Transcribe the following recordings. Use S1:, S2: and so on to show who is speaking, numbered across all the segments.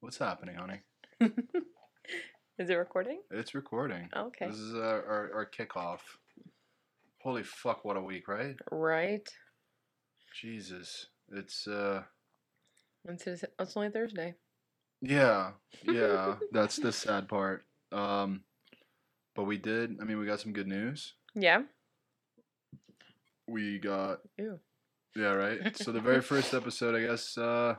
S1: What's happening, honey?
S2: Is it recording? Oh,
S1: It's recording.
S2: Okay.
S1: This is our, our, our kickoff. Holy fuck, what a week, right?
S2: Right.
S1: Jesus. It's, uh,
S2: It's, just- it's only Thursday.
S1: yeah, yeah, that's the sad part. Um, but we did, I mean, we got some good news.
S2: Yeah.
S1: We got,
S2: Ew.
S1: yeah, right? So the very first episode, I guess, uh,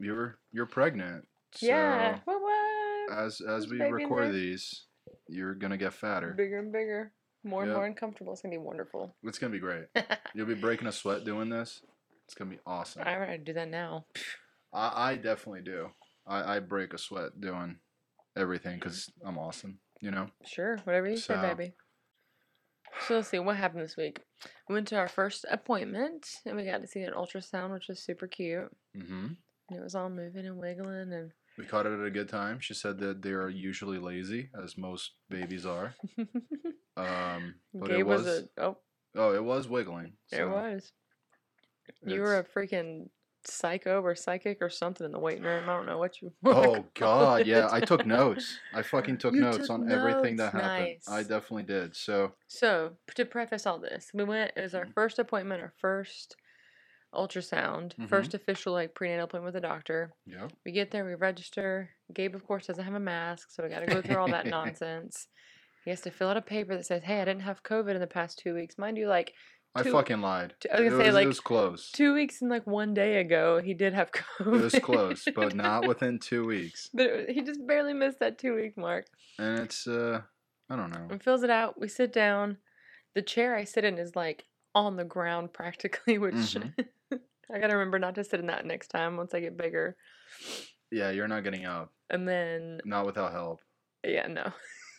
S1: you were, you're pregnant.
S2: yeah.
S1: So
S2: What what?
S1: as, as we
S2: Baby in
S1: record
S2: there.
S1: these, you're gonna get fatter.
S2: Bigger and bigger. More and
S1: Yeah.
S2: more uncomfortable. It's gonna be wonderful.
S1: It's gonna be great.
S2: I'm
S1: You'll be breaking a sweat doing this. It's gonna be awesome. I,
S2: gonna do that now.
S1: I definitely do. I, I break a sweat doing everything because I'm awesome. You know.
S2: Sure, whatever you say,
S1: So-
S2: baby. So let's see what happened this week. We went to our first appointment and we got to see an ultrasound, which was super cute.
S1: hmm
S2: And it was all moving and wiggling and
S1: We caught it at a good time. She said that they are usually lazy, as most babies are. Um, but
S2: Gabe
S1: it was,
S2: was a oh
S1: oh, it was wiggling.
S2: it was. You were a
S1: it's-
S2: freaking psycho or psychic or something in the waiting room. I don't know what you.
S1: Oh God, yeah! I
S2: it.
S1: took notes. I fucking took
S2: You
S1: notes
S2: took
S1: on everything that
S2: notes,
S1: happened.
S2: nice.
S1: I definitely did. So
S2: So to preface all this, we went. It was
S1: Mm-hmm.
S2: our first appointment, our first ultrasound,
S1: Mhm.
S2: first official like prenatal appointment with a doctor.
S1: yeah,
S2: We get there, we register. Gabe, of course, doesn't have a mask, so we got to go through all that nonsense. He has to fill out a paper that says, "Hey, I didn't have COVID in the past two weeks." Mind you, like
S1: I
S2: Two-
S1: fucking lied.
S2: two- I was
S1: it,
S2: gonna
S1: was
S2: say, like,
S1: it was close.
S2: two weeks and like one day ago, he did have COVID.
S1: It was close, but not within two weeks.
S2: but it- he just barely missed that two week mark.
S1: and it's uh i don't know
S2: and fills it out. We sit down. The chair I sit in is like on the ground practically, which
S1: Mhm.
S2: I gotta remember not to sit in that next time once I get bigger.
S1: yeah you're not getting up
S2: And then,
S1: not without help
S2: yeah, no.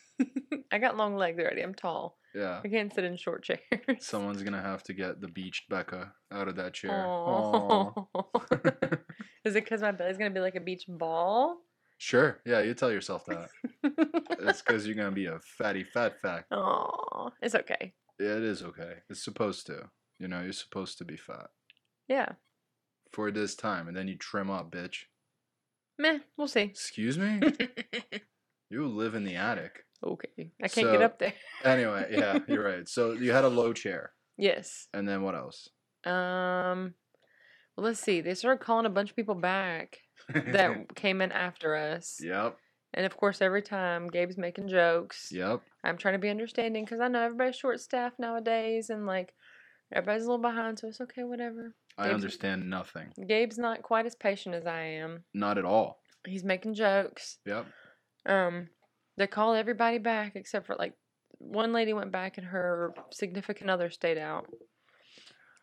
S2: I got long legs already. I'm tall.
S1: yeah
S2: I can't sit in short chairs.
S1: someone's gonna have to get the beached becca out of that chair Aw.
S2: Aw. is it because my belly's gonna be like a beach ball?
S1: sure yeah you tell yourself that it's because you're gonna be a fatty fat fact
S2: Aw, it's okay.
S1: it is okay it's supposed to you know you're supposed to be fat
S2: Yeah.
S1: for this time and then you trim up bitch
S2: Meh, we'll see.
S1: excuse me
S2: okay.
S1: you live in the attic
S2: I can't
S1: So-
S2: get up there.
S1: anyway yeah you're right so you had a low chair
S2: Yes.
S1: and then what else
S2: Um, well, let's see. They started calling a bunch of people back that came in after us,
S1: yep
S2: and of course, every time Gabe's making jokes,
S1: yep
S2: I'm trying to be understanding because I know everybody's short staffed nowadays, and like everybody's a little behind, so it's okay, whatever.
S1: i
S2: Gabe's-
S1: understand nothing
S2: Gabe's not quite as patient as I am.
S1: not at all
S2: He's making jokes.
S1: Yep.
S2: Um, they called everybody back except for like one lady went back, and her significant other stayed out.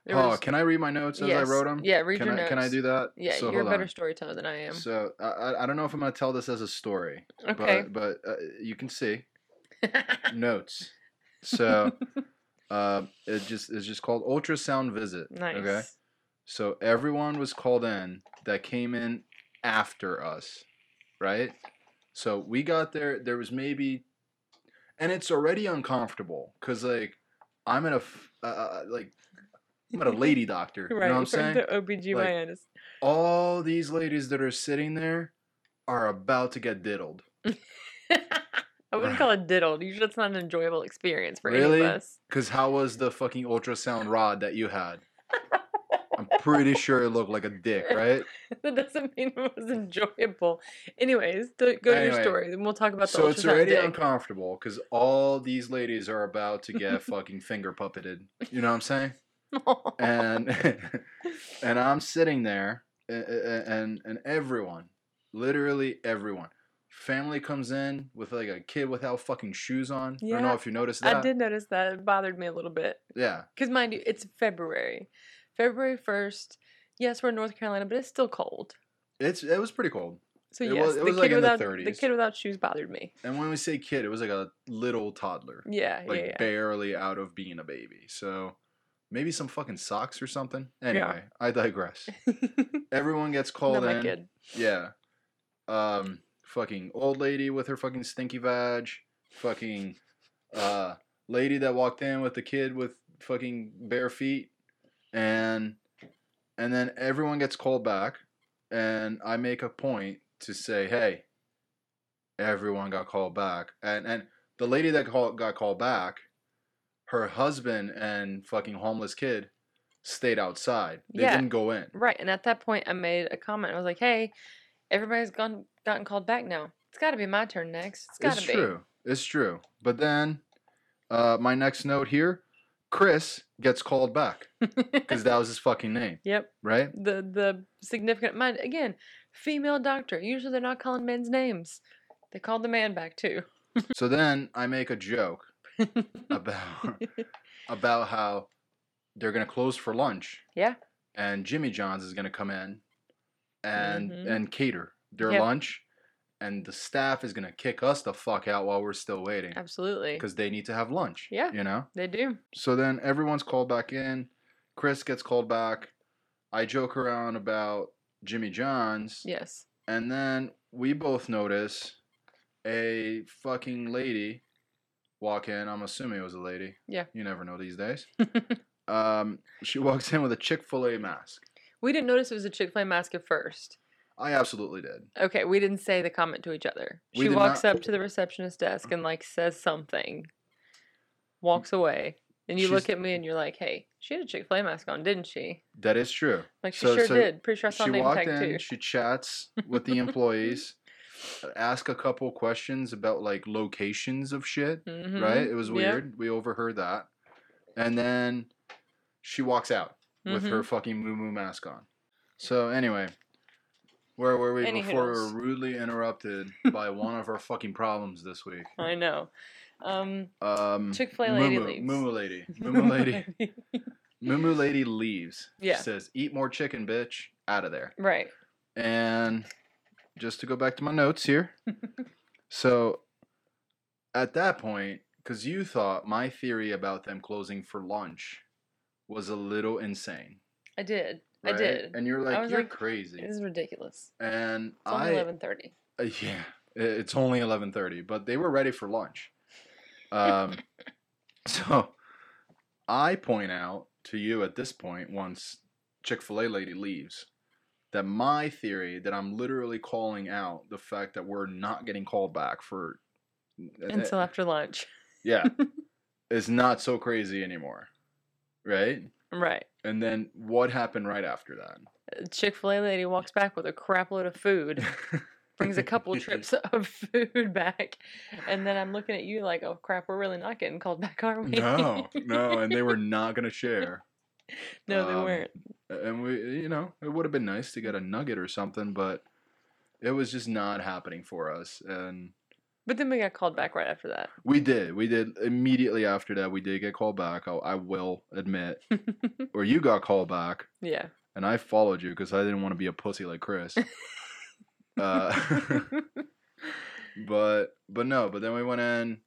S2: There
S1: oh,
S2: was-
S1: can I read my notes as I wrote them?
S2: Yeah, read
S1: can
S2: your
S1: I,
S2: notes.
S1: Can I do that?
S2: Yeah,
S1: So,
S2: you're a
S1: hold
S2: better
S1: on.
S2: storyteller than I am.
S1: So I- I, I don't know if I'm gonna tell this as a story,
S2: okay.
S1: but but uh, you can see notes. So uh, it just it's just called ultrasound visit.
S2: nice.
S1: Okay. So everyone was called in that came in after us, right? So we got there. There was maybe, and it's already uncomfortable because like I'm at a f- uh, uh, like I'm at a lady doctor.
S2: Right.
S1: You know what I'm
S2: for
S1: saying?
S2: The OBGYN is
S1: all these ladies that are sitting there are about to get diddled.
S2: I wouldn't call it diddled. Usually it's not an enjoyable experience for any
S1: Really?
S2: of us.
S1: Cause how was the fucking ultrasound rod that you had? I'm pretty sure it looked like a dick, right?
S2: that doesn't mean it was enjoyable. Anyways, th- go to
S1: Anyway,
S2: your story, then we'll talk about the
S1: so it's
S2: ultrasound
S1: already
S2: dick.
S1: uncomfortable because all these ladies are about to get fucking finger puppeted. You know what I'm saying? And and I'm sitting there, a- a- a- and and everyone, literally everyone, family comes in with like a kid without fucking shoes on. I don't
S2: Yeah,
S1: know if you noticed that.
S2: I did notice that. It bothered me a little bit.
S1: Yeah,
S2: Because, mind you, it's February. February 1st. Yes, we're in North Carolina, but it's still cold.
S1: it's it was pretty cold.
S2: So,
S1: It
S2: yes,
S1: was- it
S2: the,
S1: was
S2: kid
S1: like in the
S2: without, the
S1: 30s.
S2: kid without shoes bothered me.
S1: And when we say kid, it was like a little toddler,
S2: Yeah,
S1: like
S2: yeah, yeah.
S1: barely out of being a baby. So maybe some fucking socks or something. Anyway, I digress. Everyone gets
S2: Not
S1: called
S2: my
S1: in.
S2: kid.
S1: Yeah. Um, fucking old lady with her fucking stinky vag. Fucking uh, lady that walked in with the kid with fucking bare feet, and and then everyone gets called back, and I make a point to say, hey, everyone got called back. And and the lady that call, got called back, her husband and fucking homeless kid stayed outside. They
S2: Yeah.
S1: didn't go in.
S2: Right. And at that point, I made a comment. I was like, hey, everybody's gone, gotten called back now. It's got to be my turn next. It's got
S1: It's
S2: to be.
S1: true. It's true. But then uh, my next note here, Chris gets called back because that was his fucking name,
S2: Yep.
S1: right?
S2: The the significant mind again, female doctor. Usually they're not calling men's names. They called the man back too.
S1: So then I make a joke about about how they're gonna close for lunch.
S2: Yeah.
S1: And Jimmy John's is gonna come in and
S2: Mhm.
S1: and cater their
S2: Yep.
S1: lunch, and the staff is gonna kick us the fuck out while we're still waiting
S2: Absolutely.
S1: because they need to have lunch.
S2: Yeah.
S1: You know.
S2: They do.
S1: So then everyone's called back in. Chris gets called back. I joke around about Jimmy John's.
S2: Yes.
S1: And then we both notice a fucking lady walk in. I'm assuming it was a lady.
S2: Yeah.
S1: You never know these days. um, she walks in with a Chick fil A mask.
S2: We didn't notice it was a Chick fil A mask at first.
S1: I absolutely did.
S2: Okay, we didn't say the comment to each other.
S1: We
S2: she
S1: did
S2: walks
S1: not-
S2: up to the receptionist desk and like says something, walks away, and you look
S1: Mm. She's-
S2: at me and you're like, "Hey, she had a Chick Fil A mask on, didn't she?"
S1: That is true.
S2: Like she
S1: So-
S2: sure
S1: so
S2: did. Pretty sure I saw a
S1: she
S2: name
S1: walked
S2: tag
S1: in,
S2: too.
S1: she chats with the employees, ask a couple questions about like locations of shit.
S2: Mhm.
S1: right? It was
S2: Yep.
S1: weird. We overheard that. And then she walks out with
S2: Mm-hmm.
S1: her fucking moo moo mask on. So anyway, where were we
S2: Any
S1: before
S2: hoodles.
S1: we were rudely interrupted by one of our fucking problems this week?
S2: Mhm. I know. Um,
S1: Um,
S2: Chick-fil-A lady
S1: Moo-moo-
S2: leaves.
S1: Moo-moo lady. Moo-moo lady. Moo-moo lady leaves.
S2: Yeah.
S1: She says, "Eat more chicken, bitch. Out of there."
S2: right.
S1: And just to go back to my notes here. so at that point, because you thought my theory about them closing for lunch was a little insane.
S2: I did.
S1: Right?
S2: I did.
S1: And you're like,
S2: was
S1: you're
S2: like,
S1: crazy.
S2: This is ridiculous.
S1: And
S2: It's only
S1: I,
S2: eleven thirty.
S1: uh, yeah, i- it's only 11.30, but they were ready for lunch. Um, so I point out to you at this point, once Chick-fil-A lady leaves, that my theory that I'm literally calling out the fact that we're not getting called back for uh,
S2: Until after lunch.
S1: yeah, is not so crazy anymore, right?
S2: Right.
S1: And then what happened right after that?
S2: Chick fil A lady walks back with a crap load of food, brings a couple trips of food back, and then I'm looking at you like, oh crap, we're really not getting called back, are we?
S1: No, no, and they were not going to share.
S2: no, they
S1: um,
S2: weren't.
S1: and we you know it would have been nice to get a nugget or something but it was just not happening for us and
S2: But then we got called back right after that.
S1: we did we did immediately after that we did get called back i, I will admit or you got called back
S2: yeah.
S1: and i followed you because i didn't want to be a pussy like chris uh, but but no but then we went in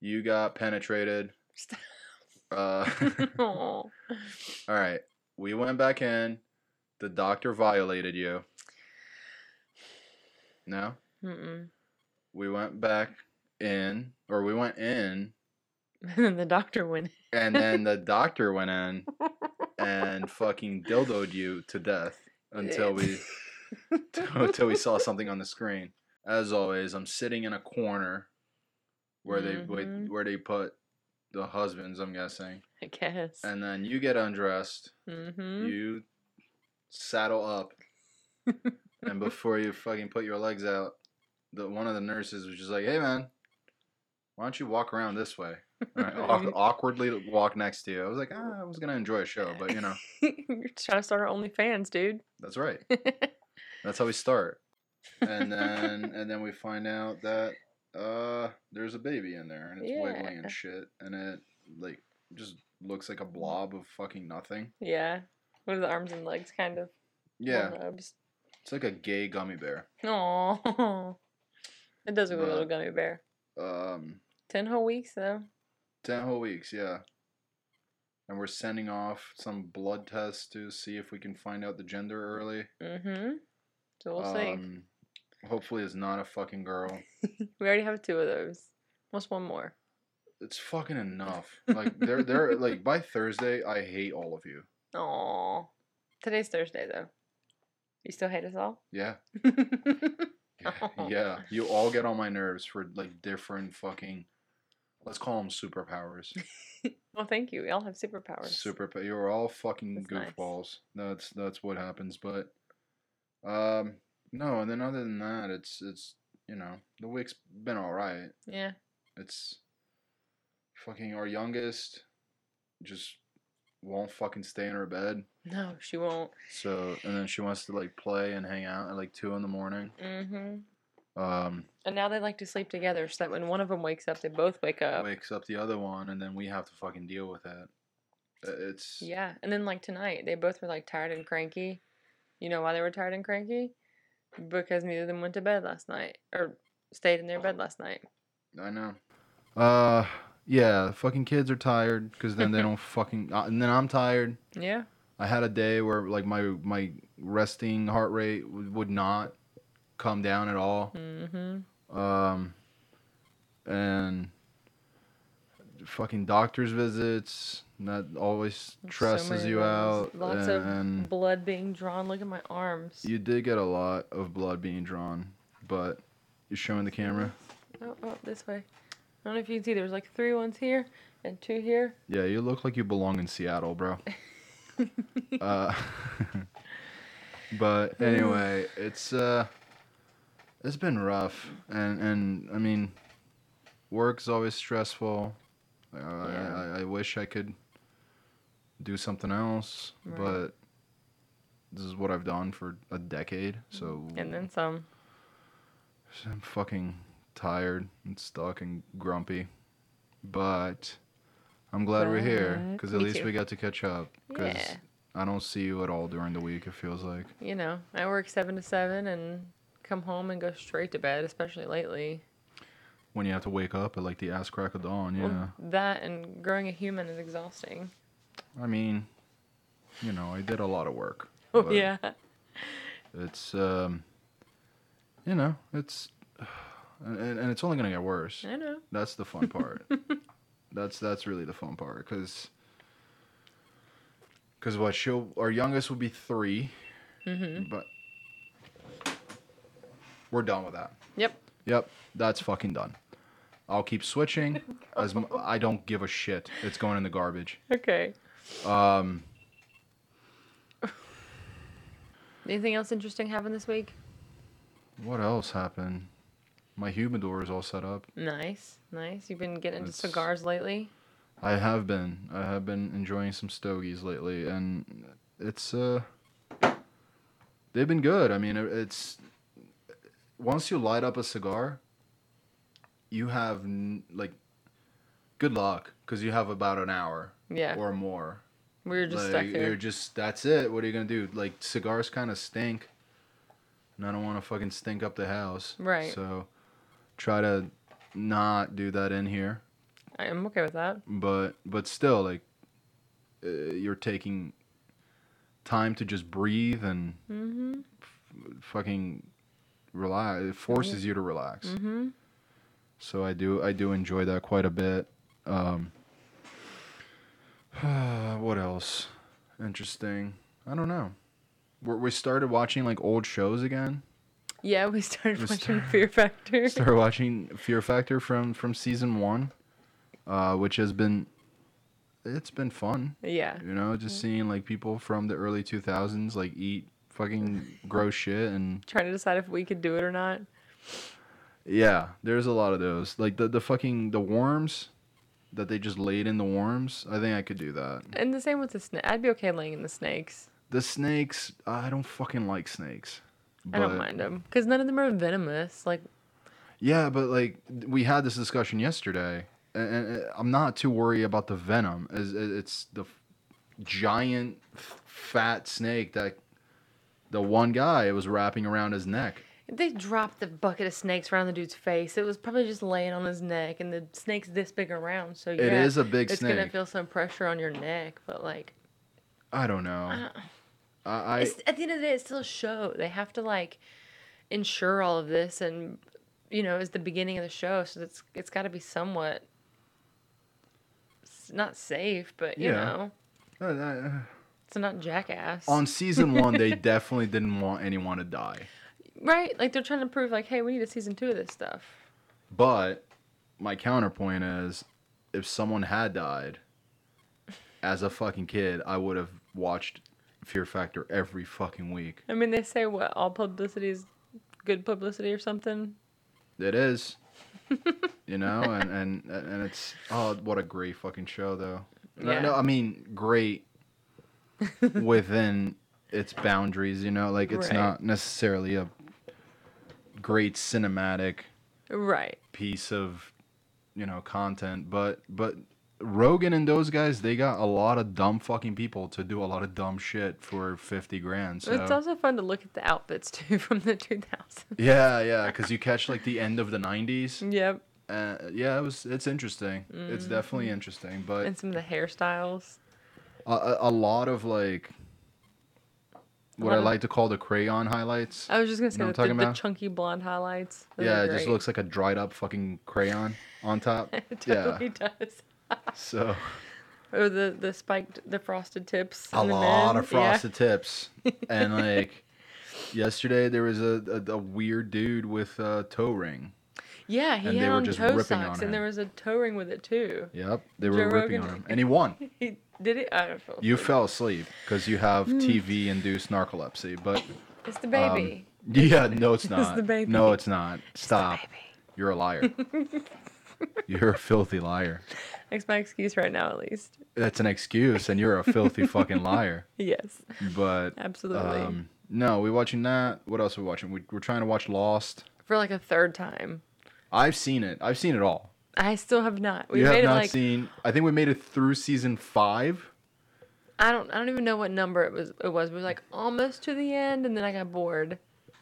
S1: you got penetrated
S2: Stop.
S1: uh,
S2: Aw.
S1: all right we went back in the doctor violated you no
S2: Mm-mm.
S1: we went back in or we went in
S2: And then the doctor went.
S1: and then the doctor went in and fucking dildoed you to death until we until we saw something on the screen as always i'm sitting in a corner where they wait,
S2: Mhm.
S1: where they put the husbands i'm guessing
S2: I guess.
S1: and then you get undressed
S2: mm-hmm.
S1: you saddle up and before you fucking put your legs out the one of the nurses was just like hey man why don't you walk around this way All right, awk- awkwardly walk next to you i was like ah, i was gonna enjoy a show but you know
S2: You're trying to start our OnlyFans, dude.
S1: that's right that's how we start and then and then we find out that uh there's a baby in there and it's wiggling
S2: Yeah.
S1: and shit and it like just looks like a
S2: Mm-hmm.
S1: blob of fucking nothing
S2: yeah. With the arms and legs, kind of.
S1: yeah
S2: Hubs.
S1: it's like a gay gummy bear
S2: Aww. It does look like a little
S1: But-
S2: gummy bear.
S1: um
S2: Ten whole weeks though.
S1: 10 whole weeks, yeah. And we're sending off some blood tests to see if we can find out the gender early.
S2: Mm-hmm. So we'll
S1: Um, hopefully, it's not a fucking girl.
S2: see. We already have two of those. What's one more?
S1: It's fucking enough. Like they're they're like by Thursday, I hate all of you.
S2: Aww. Today's Thursday though. You still hate us all?
S1: Yeah, yeah, you all get on my nerves for like different fucking. Let's call them superpowers.
S2: Well, thank you. We all have superpowers.
S1: Super. You're all fucking
S2: That's nice.
S1: goofballs. That's that's what happens. But, um, no. And then other than that, it's it's you know the week's been all right.
S2: Yeah.
S1: It's fucking our youngest just won't fucking stay in her bed.
S2: No, she won't.
S1: So and then she wants to like play and hang out at like two in the morning.
S2: Mm-hmm.
S1: Um,
S2: And now they like to sleep together, so that when one of them wakes up, they both wake up.
S1: wakes up the other one, and then we have to fucking deal with that. Uh, It's
S2: Yeah. And then like tonight, they both were like tired and cranky. You know why they were tired and cranky? Because neither of them went to bed last night or stayed in their bed last night.
S1: I know. Uh, yeah, fucking kids are tired because then they don't fucking. Uh, and then I'm tired.
S2: Yeah.
S1: I had a day where like my my resting heart rate w- would not come down at all.
S2: Mm-hmm.
S1: Um, and fucking doctor's visits and that always stresses
S2: many
S1: you
S2: things.
S1: out.
S2: Lots of-
S1: and
S2: Blood being drawn. Look at my arms.
S1: you did get a lot of blood being drawn, but you're showing the camera.
S2: Oh, oh, this way. I don't know if you can see. There's like three ones here and two here.
S1: Yeah, you look like you belong in Seattle, bro. uh, but
S2: Mm.
S1: anyway, it's uh, it's been rough, and and I mean, work's always stressful. I
S2: Yeah.
S1: I, I wish I could do something else,
S2: Right.
S1: but this is what I've done for a decade, so
S2: And then some.
S1: I'm fucking tired and stuck and grumpy, but I'm glad we're here
S2: But-
S1: because at
S2: Me
S1: least
S2: too.
S1: we got to catch up. Because
S2: Yeah.
S1: I don't see you at all during the week. It feels like.
S2: You know, I work seven to seven and come home and go straight to bed, especially lately.
S1: When you have to wake up at like the ass crack of dawn, yeah.
S2: Well, that and growing a human is exhausting.
S1: I mean, you know, I did a lot of work.
S2: Oh,
S1: but
S2: yeah.
S1: It's um, you know, it's, and, and and it's only gonna get worse.
S2: I know.
S1: That's the fun part. that's that's really the fun part because because what she'll our youngest will be 3 but we're done with that.
S2: Yep.
S1: Yep, that's fucking done. I'll keep switching as m- I don't give a shit. It's going in the garbage.
S2: Okay. Um. Anything else interesting happen this week?
S1: What else happened? My humidor is all set up.
S2: Nice, nice. You've been getting into
S1: It's-
S2: cigars lately.
S1: I have been. I have been enjoying some stogies lately, and it's uh, they've been good. I mean, it- it's once you light up a cigar, you have n- like good luck because you have about an hour
S2: Yeah,
S1: or more.
S2: we were just
S1: like,
S2: stuck here.
S1: You're just that's it. What are you gonna do? Like cigars kind of stink, and I don't want to fucking stink up the house.
S2: Right.
S1: So try to not do that in here
S2: I- I'm okay with that.
S1: but but still like uh, you're taking time to just breathe and
S2: Mm-hmm.
S1: fucking relax it forces you to relax
S2: Mm-hmm.
S1: so i do i do enjoy that quite a bit um what else interesting i don't know We're, we started watching like old shows again
S2: Yeah, we started
S1: We
S2: watching
S1: start-
S2: Fear Factor.
S1: started watching fear factor from from season one uh which has been it's been fun
S2: Yeah.
S1: You know, just seeing like people from the early 2000s like eat fucking gross shit and
S2: Trying to decide if we could do it or not.
S1: yeah, there's a lot of those. Like the the fucking the worms that they just laid in the worms. I think I could do that.
S2: And the same with the snake. I'd be okay laying in the snakes.
S1: The snakes, I don't fucking like snakes. But,
S2: I don't mind them because none of them are venomous. Like,
S1: Yeah, but like we had this discussion yesterday, and, and and I'm not too worried about the venom. Is it's the f- giant fat snake that the one guy was wrapping around his neck.
S2: they dropped the bucket of snakes around the dude's face. It was probably just laying on his neck, and the snake's this big around. So yeah,
S1: It is a big
S2: it's
S1: snake.
S2: gonna feel some pressure on your neck, but like,
S1: I don't know. I, I
S2: it's, at the end of the day, it's still a show. They have to like ensure all of this, and you know, it's the beginning of the show, so it's it's got to be somewhat s- not safe, but you
S1: Yeah.
S2: know,
S1: uh, uh,
S2: it's not jackass.
S1: on season one they definitely didn't want anyone to die.
S2: Right? Like they're trying to prove like, hey, we need a season two of this stuff.
S1: But my counterpoint is if someone had died as a fucking kid, I would have watched Fear Factor every fucking week.
S2: I mean, they say what all publicity is good publicity or something.
S1: It is. you know, and, and and it's oh what a great fucking show though. No,
S2: Yeah.
S1: no, I mean great within its boundaries, you know, like it's
S2: Right.
S1: not necessarily a great cinematic
S2: Right.
S1: piece of you know content but but rogan and those guys they got a lot of dumb fucking people to do a lot of dumb shit for 50 grand so
S2: It's also fun to look at the outfits too from the 2000s.
S1: yeah yeah because you catch like the end of the 90s
S2: yep.
S1: uh, yeah it was it's interesting
S2: Mm.
S1: it's definitely interesting but
S2: And some of the hairstyles.
S1: a, a, a lot of like what
S2: lot
S1: i
S2: of-
S1: like to call the crayon highlights
S2: I was just gonna say
S1: know
S2: that
S1: what I'm
S2: the,
S1: talking
S2: the
S1: about?
S2: chunky blonde highlights. Those are
S1: yeah it just
S2: great.
S1: looks like a dried up fucking crayon on top
S2: It totally
S1: yeah
S2: does.
S1: so
S2: Or the the spiked, the frosted tips.
S1: a
S2: in the
S1: lot
S2: men.
S1: of frosted tips and like yesterday there was a, a, a weird dude with a toe ring
S2: Yeah, yeah he
S1: and they
S2: had
S1: were
S2: on
S1: just
S2: toe
S1: ripping
S2: socks,
S1: on
S2: and there
S1: him.
S2: was a toe ring with it too.
S1: yep they were
S2: Joe
S1: ripping
S2: Rogan.
S1: on him and he won
S2: He did it. I don't feel.
S1: you
S2: sorry.
S1: fell asleep because you have
S2: Hmm.
S1: tv induced narcolepsy but
S2: It's the
S1: um,
S2: baby.
S1: yeah no it's
S2: It's the
S1: not
S2: baby.
S1: no it's not
S2: It's the
S1: stop
S2: baby.
S1: you're a liar you're a filthy liar
S2: That's my excuse right now, at least.
S1: that's an excuse and you're a filthy fucking liar
S2: Yes,
S1: but
S2: absolutely.
S1: um no we watching that what else are we watching we, we're trying to watch lost
S2: For like a third time.
S1: I've seen it. I've seen it all.
S2: I still have not. We
S1: you
S2: made
S1: have
S2: it
S1: not
S2: like
S1: seen. I think we made it through season five.
S2: I don't I don't even know what number it was it was. We were like almost to the end and then I got bored.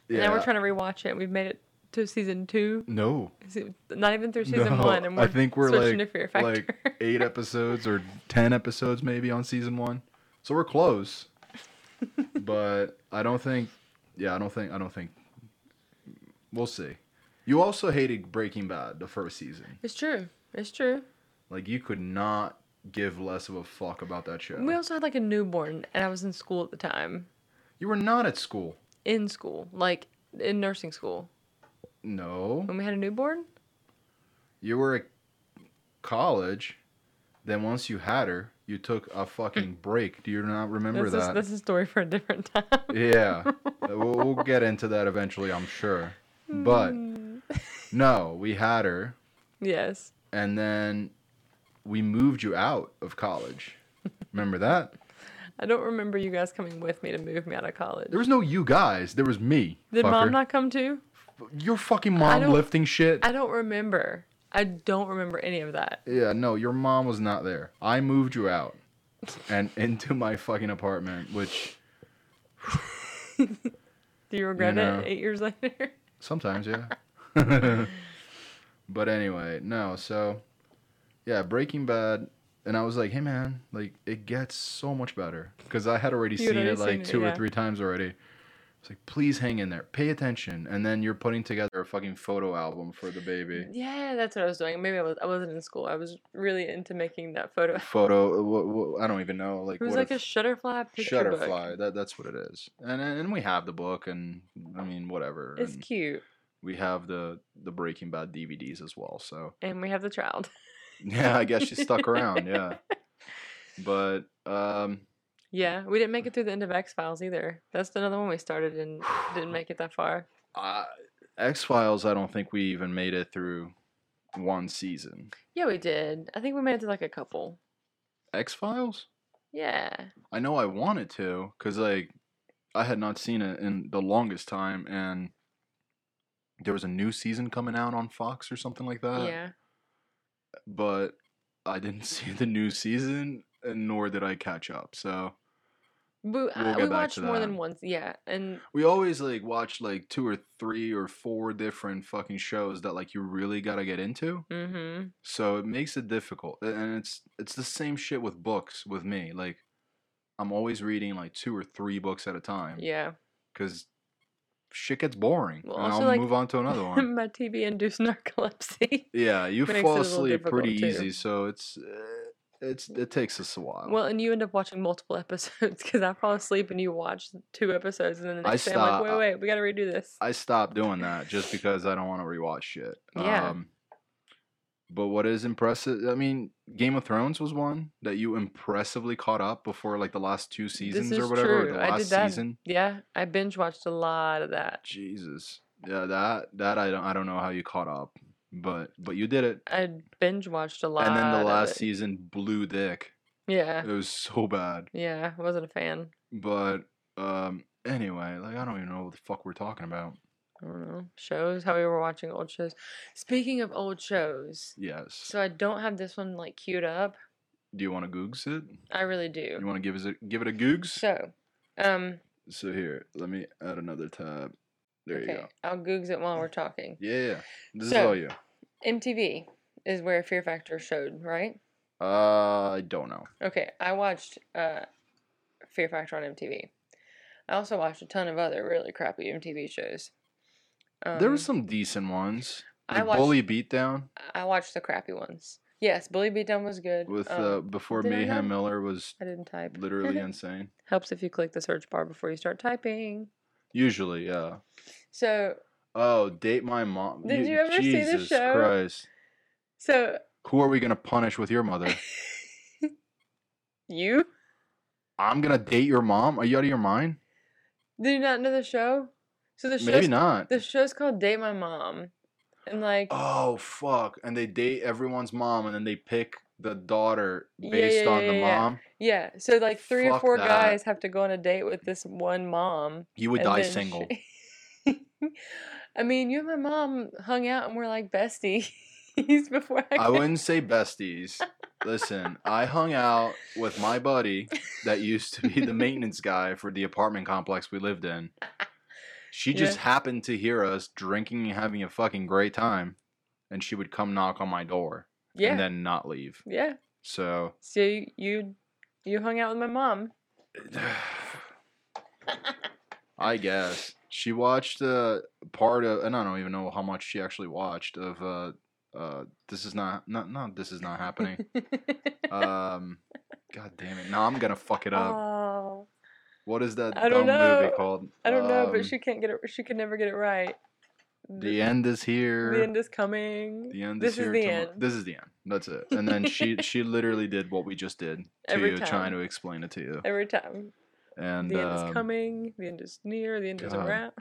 S2: And now we're trying to rewatch it. We've made it to season two.
S1: No.
S2: Se- Not even through season
S1: no.
S2: one and we're,
S1: I think we're
S2: switching
S1: like
S2: to Fear Factor.
S1: like eight episodes or ten episodes maybe on season one. So we're close. but I don't think. Yeah, I don't think. I don't think. We'll see. You also hated Breaking Bad the first season.
S2: it's true. It's true.
S1: Like you could not give less of a fuck about that show.
S2: We also had like a newborn and I was in school at the time.
S1: you were not at school.
S2: In school. Like in nursing school.
S1: No.
S2: When we had a newborn?
S1: you were at college. Then once you had her, you took a fucking
S2: Hmm.
S1: break. Do you not remember
S2: That's a,
S1: that?
S2: that's a story for a different time.
S1: Yeah, Uh, we'll, we'll get into that eventually, I'm sure. But
S2: Hmm.
S1: no, we had her,
S2: yes.
S1: and then we moved you out of college. Remember that?
S2: I don't remember you guys coming with me to move me out of college.
S1: There was no you guys. There was me.
S2: Did
S1: fucker.
S2: mom not come too?
S1: Your fucking mom
S2: don't-
S1: lifting shit.
S2: I don't remember. I don't remember any of that.
S1: Yeah, no, your mom was not there. I moved you out and into my fucking apartment, which
S2: Do you regret
S1: know.
S2: it eight years later?
S1: Sometimes, yeah. but anyway, no, so yeah, Breaking Bad and I was like, "Hey man, like it gets so much better." Cuz I had already
S2: You
S1: seen
S2: had
S1: it
S2: already
S1: like
S2: seen it,
S1: two or
S2: yeah.
S1: three times already. It's like, "Please hang in there. Pay attention." And then you're putting together a fucking photo album for the baby.
S2: Yeah, that's what I was doing. Maybe I, was, I wasn't in school. I was really into making that photo.
S1: Photo wha- wha- I don't even know like
S2: It was
S1: what
S2: like a
S1: if-
S2: Shutterfly picture book.
S1: Shutterfly. That that's what it is. And and we have the book and I mean whatever.
S2: It's
S1: and
S2: cute,
S1: we have the the Breaking Bad DVDs as well, so
S2: and we have the child.
S1: Yeah, I guess she stuck around. Yeah, but um,
S2: Yeah, we didn't make it through the end of X Files either. That's another one we started and didn't make it that far.
S1: uh, X Files, I don't think we even made it through one season.
S2: Yeah, we did. I think we made it to like a couple.
S1: X Files?
S2: Yeah,
S1: I know I wanted to, cause like I had not seen it in the longest time, and there was a new season coming out on Fox or something like that.
S2: yeah.
S1: But I didn't see the new season, and nor did I catch up. So
S2: We, I-
S1: get
S2: we
S1: back
S2: watched
S1: to
S2: more
S1: that.
S2: than once. Yeah, and
S1: We always like watch like two or three or four different fucking shows that like you really gotta get into.
S2: mm-hmm.
S1: So it makes it difficult. A- And it's it's the same shit with books with me. Like I'm always reading like two or three books at a time.
S2: yeah.
S1: Cause shit gets boring.
S2: Well,
S1: and
S2: also,
S1: I'll
S2: like-
S1: move on to another one.
S2: My TV induced narcolepsy.
S1: Yeah, you
S2: Makes it a
S1: fall
S2: little
S1: asleep
S2: difficult,
S1: pretty
S2: too.
S1: easy, so it's uh, it's it takes us a while.
S2: Well, and you end up watching multiple episodes because I fall asleep and you watch two episodes and then the
S1: I
S2: next day I'm
S1: stop-
S2: like, wait, wait, we got to redo this.
S1: I stopped doing that just because I don't want to rewatch shit.
S2: Yeah.
S1: Um, but what is impressive? I mean, Game of Thrones was one that you impressively caught up before like the last two seasons
S2: this
S1: or
S2: is
S1: whatever. Or
S2: true.
S1: the
S2: I
S1: last
S2: did that.
S1: season.
S2: Yeah, I binge watched a lot of that.
S1: Jesus. Yeah, that that I don't I don't know how you caught up, but but you did it.
S2: I binge watched a lot.
S1: And then the
S2: of
S1: last
S2: it.
S1: season blew dick.
S2: Yeah,
S1: It was so bad.
S2: yeah, I wasn't a fan.
S1: But um anyway, like I don't even know what the fuck we're talking about.
S2: I don't know shows. How we were watching old shows. Speaking of old shows,
S1: Yes.
S2: so I don't have this one like queued up.
S1: Do you want to googs it?
S2: I really
S1: You
S2: do.
S1: want to give us a give it a googs?
S2: So, um,
S1: So here, let me add another tab. There you
S2: okay,
S1: go.
S2: I'll googs it while we're talking.
S1: Yeah, yeah. This is
S2: So-
S1: all you.
S2: MTV is where Fear Factor showed, right?
S1: Uh, I don't know.
S2: Okay, I watched uh, Fear Factor on MTV. I also watched a ton of other really crappy MTV shows. Um,
S1: there were some decent ones.
S2: I
S1: Like
S2: watched-
S1: Bully Beatdown
S2: I watched the crappy ones. Yes, Bully Beatdown was good.
S1: with
S2: um,
S1: uh, before
S2: did I
S1: Mayhem
S2: not- Mm-hmm.
S1: Miller was
S2: I didn't type.
S1: literally insane.
S2: Helps if you click the search bar before you start typing.
S1: Usually, yeah.
S2: So,
S1: Oh, date my mom.
S2: Did you ever see the
S1: Jesus
S2: show?
S1: Christ.
S2: so
S1: Who are we gonna punish with your mother?
S2: you
S1: I'm gonna date your mom. Are you out of your mind?
S2: do you not know the show? So the show's
S1: Maybe not.
S2: the show's called Date My Mom, and like
S1: Oh fuck! And they date everyone's mom, and then they pick the daughter
S2: Yeah,
S1: based
S2: yeah,
S1: on
S2: yeah,
S1: the
S2: yeah, yeah.
S1: mom.
S2: yeah, so like three or
S1: fuck
S2: four
S1: that.
S2: guys have to go on a date with this one mom.
S1: You would
S2: and
S1: die
S2: then
S1: single.
S2: she- I mean, you and my mom hung out and we're like besties before I.
S1: I
S2: could-
S1: wouldn't say besties. Listen, I hung out with my buddy that used to be the maintenance guy for the apartment complex we lived in. She just
S2: Yeah.
S1: happened to hear us drinking and having a fucking great time, and she would come knock on my door
S2: yeah,
S1: and then not leave.
S2: yeah.
S1: So,
S2: So you, you you hung out with my mom.
S1: I guess she watched uh, part of, and I don't even know how much she actually watched of. Uh, uh, this is not not not. This is not happening. um god damn it now i'm gonna fuck it up
S2: Oh,
S1: what is that
S2: I
S1: dumb
S2: don't
S1: movie
S2: know.
S1: called
S2: I don't know,
S1: Um,
S2: but she can't get it. She could never get it right.
S1: the end is here
S2: The end is coming.
S1: The end
S2: this is
S1: here
S2: the
S1: tomorrow-
S2: end.
S1: this is the end that's it and then she she literally did what we just did to
S2: Every
S1: you
S2: time.
S1: trying to explain it to you
S2: Every time.
S1: and
S2: the end is
S1: um,
S2: coming. The end is near. The end is
S1: God.
S2: around.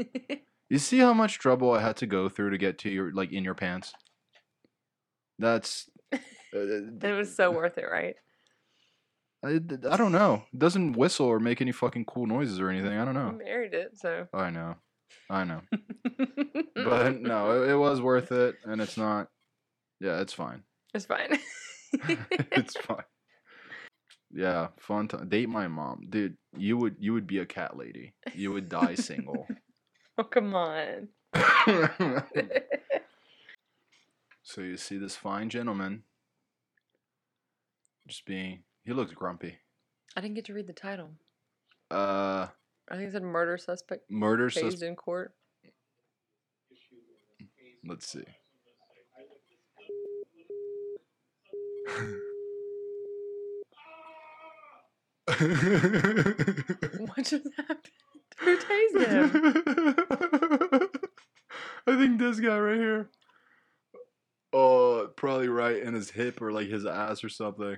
S1: you see how much trouble i had to go through to get to your like in your pants that's uh,
S2: it was so worth it, right?
S1: I, I don't know it doesn't whistle or make any fucking cool noises or anything i don't
S2: I
S1: know
S2: married it, so.
S1: i know i know but no, it, it was worth it, and it's not. Yeah, it's fine.
S2: it's fine.
S1: it's fine. Yeah, fun time. Date my mom, dude. You would you would be a cat lady. You would die single.
S2: oh come on.
S1: so you see this fine gentleman, just being. He looks grumpy.
S2: I didn't get to read the title.
S1: Uh,
S2: I think it said murder suspect
S1: murder
S2: phased
S1: suspect.
S2: in court.
S1: Let's see.
S2: What just happened? Who tased him?
S1: I think this guy right here. Oh, probably right in his hip or like his ass or something.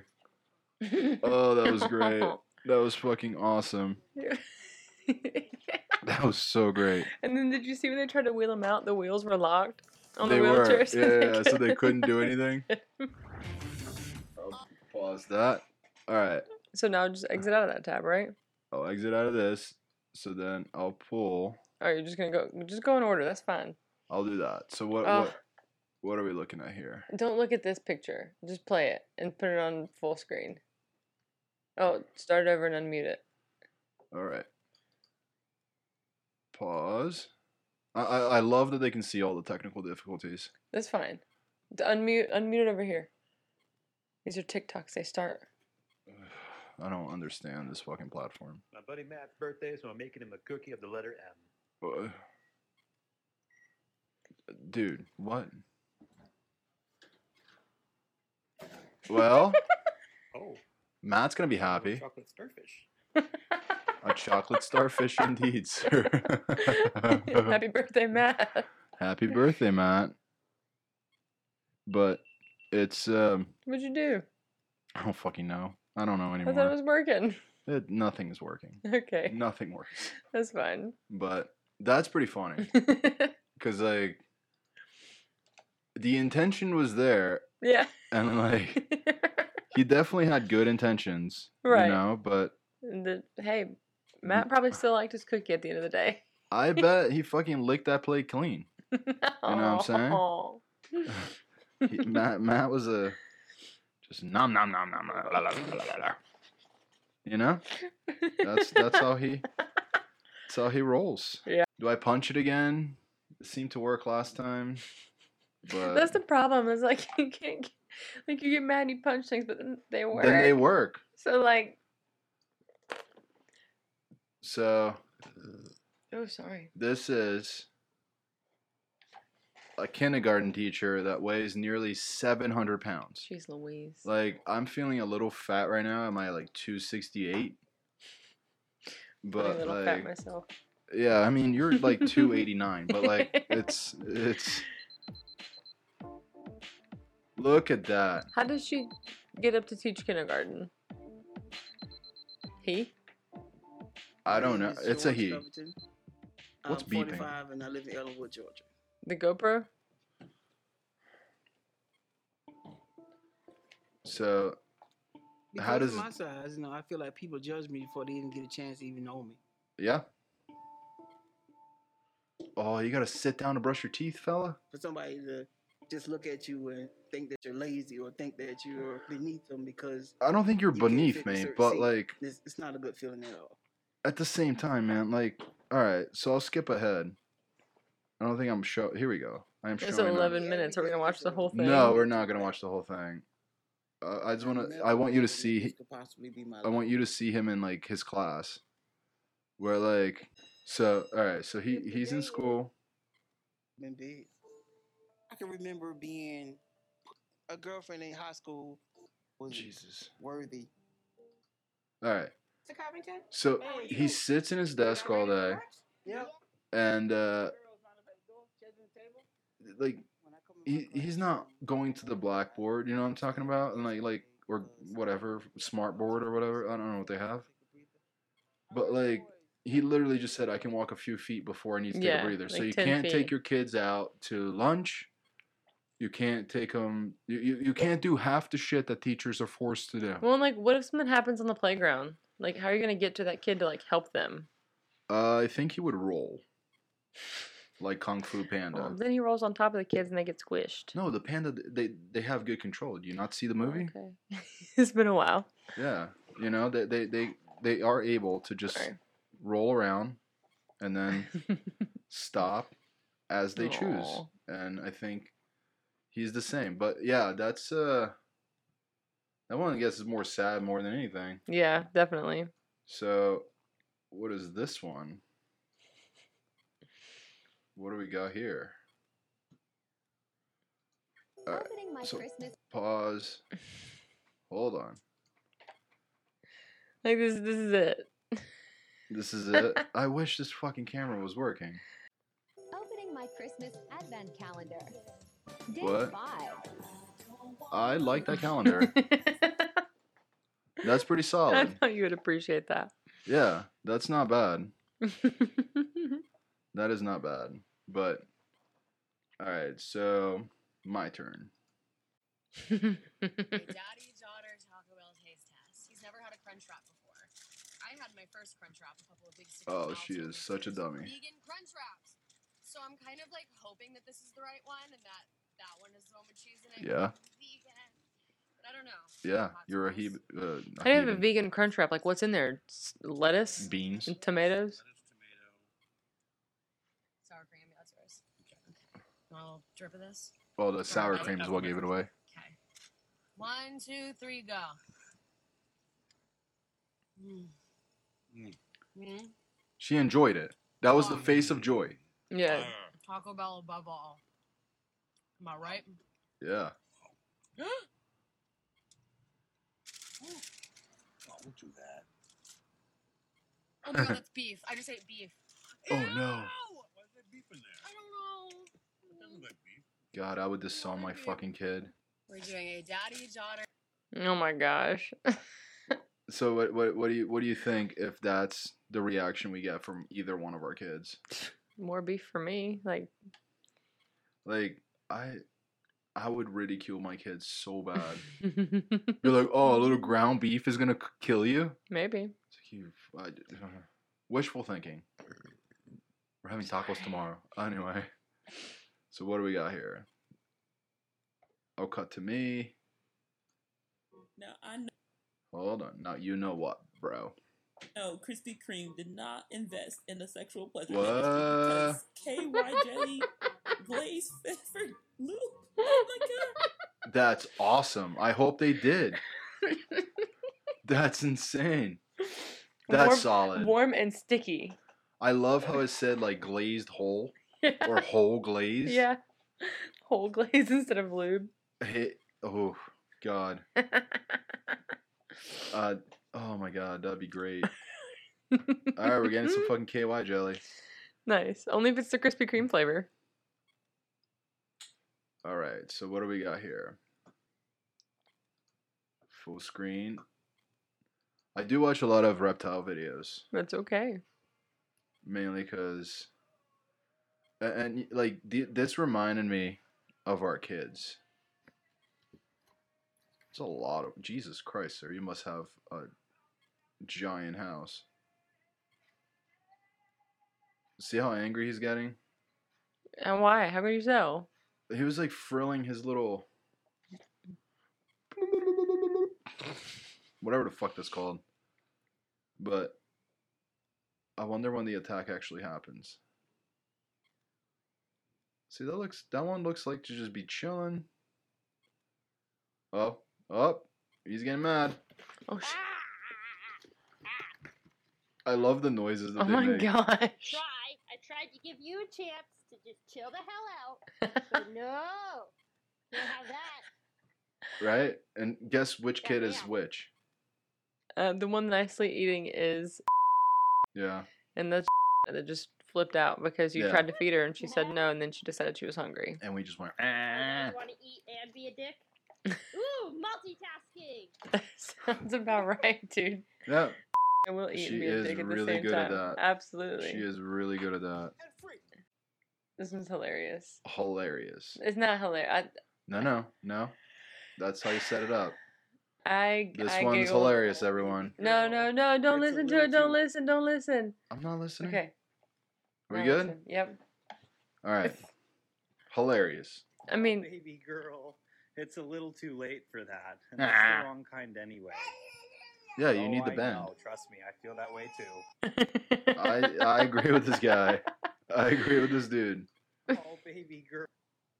S1: Oh, that was great. That was fucking awesome. That was so great.
S2: and then did you see when they tried to wheel him out? The wheels were locked on
S1: they
S2: the wheelchair,
S1: were. yeah, yeah, so they couldn't do anything. I'll pause that. All right.
S2: So now just exit out of that tab, right?
S1: I'll exit out of this. So then I'll pull.
S2: Or you're just gonna go, just go in order. That's fine.
S1: I'll do that. So what
S2: Ugh.
S1: what what are we looking at here?
S2: Don't look at this picture. Just play it and put it on full screen. Oh, start over and unmute it.
S1: All right. Pause. I, I I love that they can see all the technical difficulties.
S2: That's fine. D- Unmute, unmute it over here. These are TikToks. They start.
S1: I don't understand this fucking platform.
S3: My buddy Matt's birthday, so I'm making him a cookie of the letter M.
S1: Uh, Dude, what? Well, Matt's gonna be happy.
S3: Oh. Chocolate starfish.
S1: A chocolate starfish, indeed, sir.
S2: Happy birthday, Matt.
S1: Happy birthday, Matt. But it's um,
S2: What'd you do?
S1: I don't fucking know. I don't know
S2: I thought it
S1: anymore.
S2: was working.
S1: It, nothing's Eh, working.
S2: Okay,
S1: Nothing works.
S2: that's fine.
S1: But that's pretty funny
S2: Mm-hmm.
S1: because like the intention was there,
S2: yeah.
S1: and like he definitely had good intentions,
S2: Right.
S1: You know, but
S2: And the, hey,
S1: Mm.
S2: Matt probably still liked his cookie at the end of the day.
S1: I bet he fucking licked that plate clean.
S2: You
S1: I'm saying? He, Matt, Matt was a just nom nom nom nom. la, la, la, la, la, la, la. You know, that's that's how he that's how he rolls.
S2: Yeah.
S1: Do I punch it again? It seemed to work last time, but
S2: That's the problem. Is like you can't, get- like you get mad and you punch things, but then they work.
S1: then they work.
S2: so like,
S1: So
S2: oh sorry.
S1: this is a kindergarten teacher that weighs nearly 700 pounds.
S2: She's Louise.
S1: Like I'm feeling a little fat right now. Am I like 268?
S2: Putting a
S1: But
S2: little fat
S1: like,
S2: myself.
S1: yeah, I mean you're like 289, but like it's it's. Look at that.
S2: How does she get up to teach kindergarten? He?
S1: I don't know.
S4: It's
S1: It's a
S4: George
S1: he.
S4: Covington.
S1: What's
S4: I'm
S1: beeping?
S4: 45 and I live in Ellenwood, Georgia.
S2: The GoPro?
S1: So
S4: Because
S1: How does-
S4: of my size, you know, I feel like people judge me before they even get a chance to even know me.
S1: yeah. Oh, you gotta sit down to brush your teeth, fella.
S4: For somebody to just look at you and think that you're lazy or think that you're beneath them because
S1: I don't think you're
S4: You can't
S1: beneath
S4: fit in
S1: me,
S4: certain
S1: but
S4: seat.
S1: like
S4: it's, it's not a good feeling at all.
S1: at the same time, man, like all right. So I'll skip ahead. I don't think I'm show. Here we go. I am
S2: It's
S1: showing. up.
S2: 11 minutes. Are we going to watch the whole thing?
S1: No, we're not gonna watch the whole thing. Uh, I just want to.
S4: never
S1: I want you to
S4: imagined this
S1: see.
S4: could possibly be my
S1: I
S4: life.
S1: want you to see him in like his class, where like so. All right, so he he's in school.
S4: been big. I can remember being a girlfriend in high school was
S1: Jesus.
S4: worthy.
S1: All right,
S5: to Covington?
S1: so he sits in his desk all day,
S4: Yep.
S1: and uh like
S4: When I come in my
S1: he he's
S4: class,
S1: not
S4: um,
S1: going to the blackboard. You know what I'm talking about? And like like or whatever smart board or whatever. I don't know what they have. But like he literally just said, I can walk a few feet before I need to take
S2: Yeah,
S1: a breather. so
S2: like
S1: you
S2: 10
S1: can't
S2: feet.
S1: take your kids out to lunch. You can't take them. You, you, you can't do half the shit that teachers are forced to do.
S2: Well, and, like, what if something happens on the playground? Like, how are you going to get to that kid to, like, help them?
S1: Uh, I think he would roll, like Kung Fu
S2: Well,
S1: Panda.
S2: then he rolls on top of the kids and they get squished.
S1: No, the panda they they have good control. Do you not see the
S2: Oh,
S1: movie?
S2: Okay. it's been a while.
S1: Yeah, you know they they they, they are able to just
S2: Sorry.
S1: roll around, and then stop as they choose.
S2: Aw.
S1: And I think he's the same. But yeah, that's uh that one I guess is more sad more than anything.
S2: yeah, definitely.
S1: So what is this one? What do we got here? Alright,
S5: Opening my
S1: Uh, so-
S5: Christmas
S1: Pause. Hold on.
S2: Like, this, this is it.
S1: This is it. I wish this fucking camera was working.
S5: opening my Christmas advent calendar. Day
S1: What?
S5: five.
S1: I like that calendar. That's pretty
S2: I
S1: solid.
S2: thought you would appreciate that.
S1: Yeah, that's not bad. That is not bad. But all right, so my turn.
S6: My daddy daughter Taco Bell taste test. He's never had a crunch wrap before. I had my first crunch wrap a couple of big sticks
S1: Oh,
S6: of
S1: she is
S6: mozzarella
S1: such a
S6: sticks.
S1: dummy.
S6: Vegan crunch wraps. So I'm kind of like hoping that this is the right one and that that one is the one with cheese in it.
S1: Yeah.
S6: Vegan. But I don't know.
S1: Yeah,
S6: Lots of
S1: you're a
S6: those.
S1: heb. Uh, not
S2: I have a
S1: heathen.
S2: vegan crunch wrap. Like, what's in there? S- Lettuce
S1: Beans.
S2: and tomatoes?
S6: Sour cream, yeah, that's yours. Okay. You want a little drip of this?
S1: Well, the sour
S6: that's
S1: cream is
S6: not
S1: what gave it away.
S6: Okay. One, two, three, go. Mm.
S3: Mm.
S6: Mm.
S1: She enjoyed it. That was the face of joy.
S2: Yeah.
S6: Taco Bell above all. Am I right? Oh
S1: Yeah.
S3: do that.
S6: Oh my god, that's beef. I just ate beef.
S1: Oh,
S6: Ew!
S1: no.
S7: Why is there beef in there?
S6: I
S7: It doesn't
S6: don't know.
S7: look like beef.
S1: God, I would disown my fucking kid.
S6: We're doing a daddy daughter.
S1: Uh.
S2: Oh my gosh.
S1: So what, what what do you what do you think if that's the reaction we get from either one of our kids?
S2: More beef for me. Like,
S1: Like I I would ridicule my kids so bad. You're like, oh, a little ground beef is gonna k- kill you.
S2: maybe.
S1: It's like, you I d- wishful thinking. We're having tacos
S2: Sorry.
S1: tomorrow. Anyway, so what do we got here? Oh, cut to me.
S8: Now I know
S1: Hold on. Now you know what, bro?
S8: no, Krispy Kreme did not invest in the sexual pleasure
S1: What?
S8: industry because KYJ glazed Fedford Loop. Oh my god!
S1: That's awesome. I hope they did. That's insane. That's
S2: Warm-
S1: solid.
S2: Warm and sticky.
S1: I love how it said like glazed whole
S2: Yeah.
S1: or whole glazed.
S2: yeah. Whole glaze instead of lube.
S1: Hey- oh God. Uh, oh my God, that'd be great. All right, we're getting some fucking KY jelly.
S2: nice. Only if it's the Krispy Kreme flavor.
S1: All right, so what do we got here? Full screen. I do watch a lot of reptile videos,
S2: That's okay.
S1: mainly because, and, y like th- this reminded me of our kids. It's a lot of Jesus Christ, sir. You must have a giant house. See how angry he's getting?
S2: And why? How can you tell?
S1: He was like frilling his little whatever the fuck that's called. But I wonder when the attack actually happens. See that looks that one looks like to just be chilling. Oh, oh, he's getting mad.
S2: Oh, sh-
S5: Ah,
S1: I love the noises that
S2: oh
S1: they
S2: my
S1: make.
S2: gosh.
S5: Try. I tried to give you a chance to just chill the hell out. But no. Can't have that.
S1: Right? And guess which
S5: Yeah,
S1: kid is
S5: yeah.
S1: which?
S2: Uh, the one nicely eating is,
S1: Yeah.
S2: and that's that just flipped out because you
S1: Yeah.
S2: tried to feed her and she said no, and then she decided she was hungry.
S1: And we just went "Ah."
S5: I want to eat and be a dick. Ooh, multitasking.
S2: That sounds about right, dude.
S1: Yeah.
S2: And we'll eat
S1: She
S2: and be
S1: is
S2: a dick at the
S1: really
S2: same
S1: good at
S2: time.
S1: that.
S2: Absolutely.
S1: She is really good at that.
S2: This one's hilarious.
S1: Hilarious.
S2: It's not hilarious.
S1: No, no, no. That's how you set it up.
S2: I, I,
S1: This
S2: I
S1: one's
S2: giggled.
S1: hilarious, everyone.
S2: No, no, no! Don't
S7: It's a
S2: listen to
S7: little
S2: it. Don't
S7: too-
S2: listen. Don't listen.
S1: I'm not listening.
S2: Okay.
S1: We
S2: now
S1: good?
S2: listen. Yep.
S1: All right. Hilarious.
S2: I mean,
S7: Baby girl, it's a little too late for that. And that's the wrong kind anyway.
S1: Ah. Yeah, you need
S7: Oh,
S1: the
S7: I
S1: bend.
S7: know, Trust me, I feel that way too.
S1: I, I agree with this guy. I agree with this dude.
S7: Oh, baby girl.